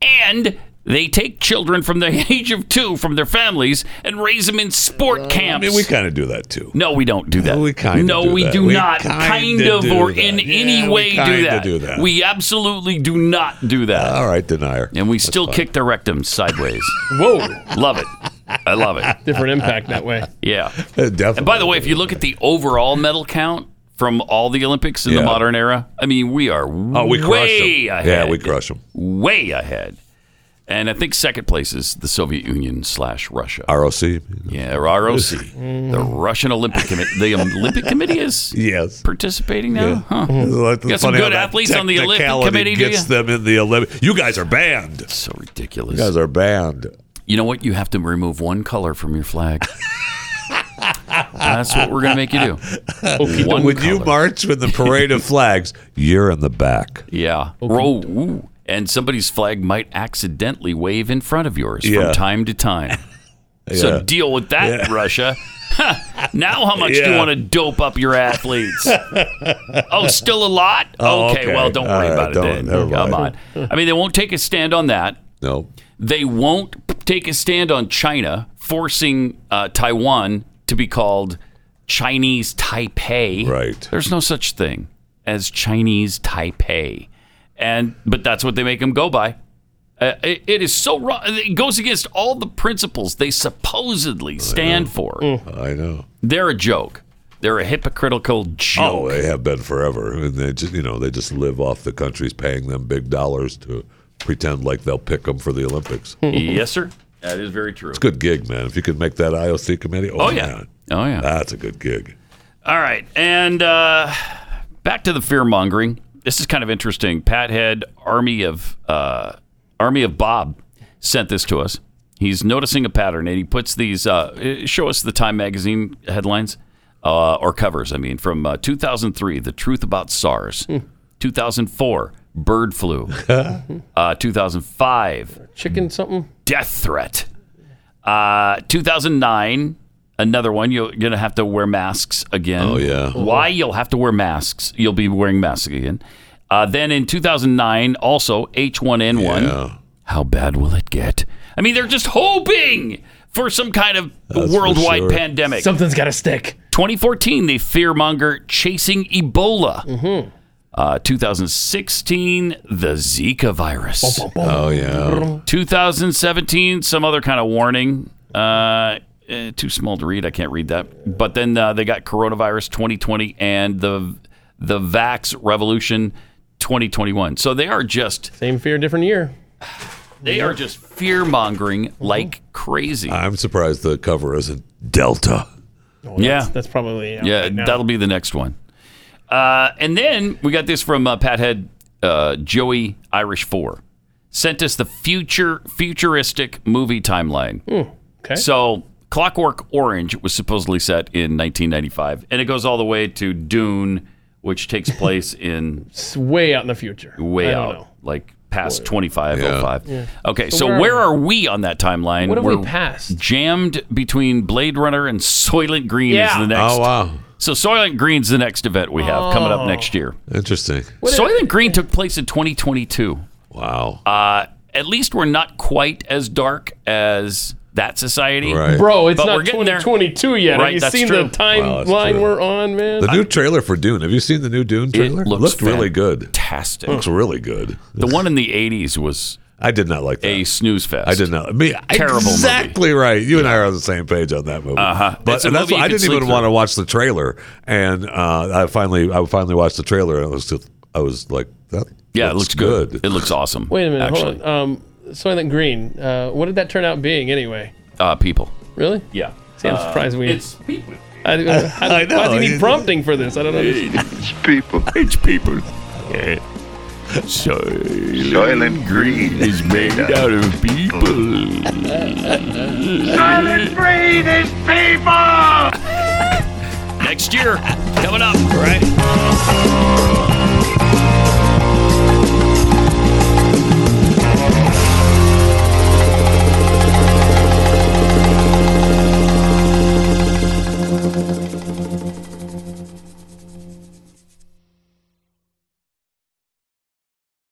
B: and they take children from the age of two from their families and raise them in sport camps.
C: Uh, I mean, we kind of do that too.
B: No, we don't do that.
C: We kind of
B: no,
C: do
B: we
C: that.
B: do not
C: kinda
B: kind of
C: do
B: or
C: that.
B: in
C: Yeah,
B: any
C: we
B: way do
C: kinda
B: that.
C: do that. Uh,
B: We absolutely do not do that. All
C: right, denier.
B: And we still
D: fine.
B: kick their rectums sideways.
D: Whoa.
B: love it. I love it.
D: Different impact that way.
B: Yeah.
C: Uh, Definitely.
B: And by the way, if you look at the overall medal count from all the Olympics in the
C: Yeah.
B: modern era, I mean, we are
C: Oh, we crush
B: way
C: them.
B: ahead.
C: Yeah, we crush them.
B: Way ahead. And I think second place is the Soviet Union slash Russia.
C: ROC.
B: Yeah, or ROC. the Russian Olympic Committee. The Olympic Committee is
C: yes
B: participating now. Huh.
C: Like,
B: Got some
C: funny how
B: good
C: that
B: athletes on the Olympic
C: technicality
B: Committee, do you?
C: Gets them in the Olympic. You guys are banned.
B: so ridiculous.
C: You guys are banned.
B: You know what? You have to remove one color from your flag. That's what we're going to make you do. One
C: when you
B: color.
C: march with the parade of flags, you're in the back.
B: Yeah. Row. ooh. And somebody's flag might accidentally wave in front of yours
C: Yeah.
B: from time to time. So
C: Yeah.
B: deal with that, Russia. Ha, now, how much do you
C: Yeah.
B: want to dope up your athletes? oh, still a lot?
C: Oh,
B: okay,
C: okay.
B: well, don't worry
C: All right,
B: about it
C: don't-
B: then.
C: never
B: Come
C: mind.
B: on. I mean, they won't take a stand on that.
C: No.
B: They won't p- take a stand on China forcing uh, Taiwan to be called Chinese Taipei. Right. There's no such thing as Chinese Taipei, and but that's what they make them go by. Uh, it, it is so wrong. It goes against all the principles they supposedly stand for.
C: I know.
B: They're a joke. They're a hypocritical joke.
C: Oh, they have been forever, and they just you know they just live off the countries paying them big dollars to pretend like they'll pick them for the Olympics.
B: yes, sir. That is very true.
C: It's a good gig, man. If you could make that IOC committee, oh,
B: Oh, yeah.
C: man.
B: oh yeah,
C: that's a good gig.
B: All right. And uh, back to the fear mongering. This is kind of interesting. Pat Head, Army of uh, Army of Bob, sent this to us. He's noticing a pattern, and he puts these. Uh, show us the Time magazine headlines uh, or covers. I mean, from uh, 2003, the truth about SARS. 2004, bird flu. uh, 2005,
D: Chicken something?
B: death threat. Uh, 2009, another one. You're going to have to wear masks again. Oh, yeah. Why you'll have to wear masks. You'll be wearing masks again. Uh, then in 2009, also H1N1. How bad will it get? I mean, they're just hoping for some kind of
D: That's for
B: worldwide
D: sure.
B: pandemic.
D: Something's got to stick.
B: 2014, they fearmonger chasing Ebola. Uh, 2016, the Zika virus.
C: Oh yeah.
B: 2017, some other kind of warning. Uh, eh, too small to read. I can't read that. But then uh, they got coronavirus 2020 and the the vax revolution 2021. So they are just
D: Same fear, different year.
B: they are just fear mongering like crazy.
C: I'm surprised the cover isn't Delta.
B: yeah,
D: That's probably out
B: yeah,
D: right now.
B: that'll be the next one. Uh, and then we got this from uh, Pat Head, uh, Joey Irish Four sent us the future futuristic movie timeline.
D: okay.
B: So Clockwork Orange was supposedly set in 1995, and it goes all the way to Dune, which takes place in
D: It's way out in the future.
B: way
D: I don't
B: out,
D: know.
B: like past 2505.
D: Yeah.
B: Okay, so,
D: So where
B: where,
D: are
B: are we on that timeline?
D: What have we
B: We're
D: passed?
B: Jammed between Blade Runner and Soylent Green
D: Yeah.
B: is the next.
C: Oh, wow.
B: So Soylent Green's the next event we have coming up
C: Oh.
B: next year.
C: Interesting.
B: Soylent Green took place in 2022.
C: Wow.
B: Uh, at least we're not quite as dark as that society.
D: Bro, it's
B: But
D: not
B: we're getting there.
D: 2022 yet.
B: Right,
D: have you
B: that's
D: seen
B: true.
D: the timeline we're on, man?
C: The new trailer for Dune. Have you seen the new Dune trailer?
B: looks
C: Looked really good.
B: Fantastic.
C: Looks really good.
B: The one in the 80s was
C: I did not like that.
B: a snooze fest.
C: I did not. Me,
B: Terrible movie.
C: Exactly right. You and I are on the same page on that movie.
B: Uh-huh.
C: But
B: It's a
C: and that's
B: movie
C: why
B: you
C: I
B: can
C: didn't
B: sleep
C: even
B: through.
C: want to watch the trailer, and uh, I finally, I finally watched the trailer, and I was, just, I was like, that.
B: Yeah, it looks good. It looks awesome.
D: Wait a minute.
B: Actually.
D: Hold on. Um, Soylent Green. Uh, what did that turn out being anyway?
B: uh, people.
D: Really?
B: Yeah.
D: See, I'm
B: Uh,
D: surprised we.
B: It's people.
D: I, uh, how,
B: I know.
D: Why do you need prompting for this? I don't know.
B: It's people. It's people. Silent green is made out of people.
G: Silent breed is people!
B: Next year, coming up. Right.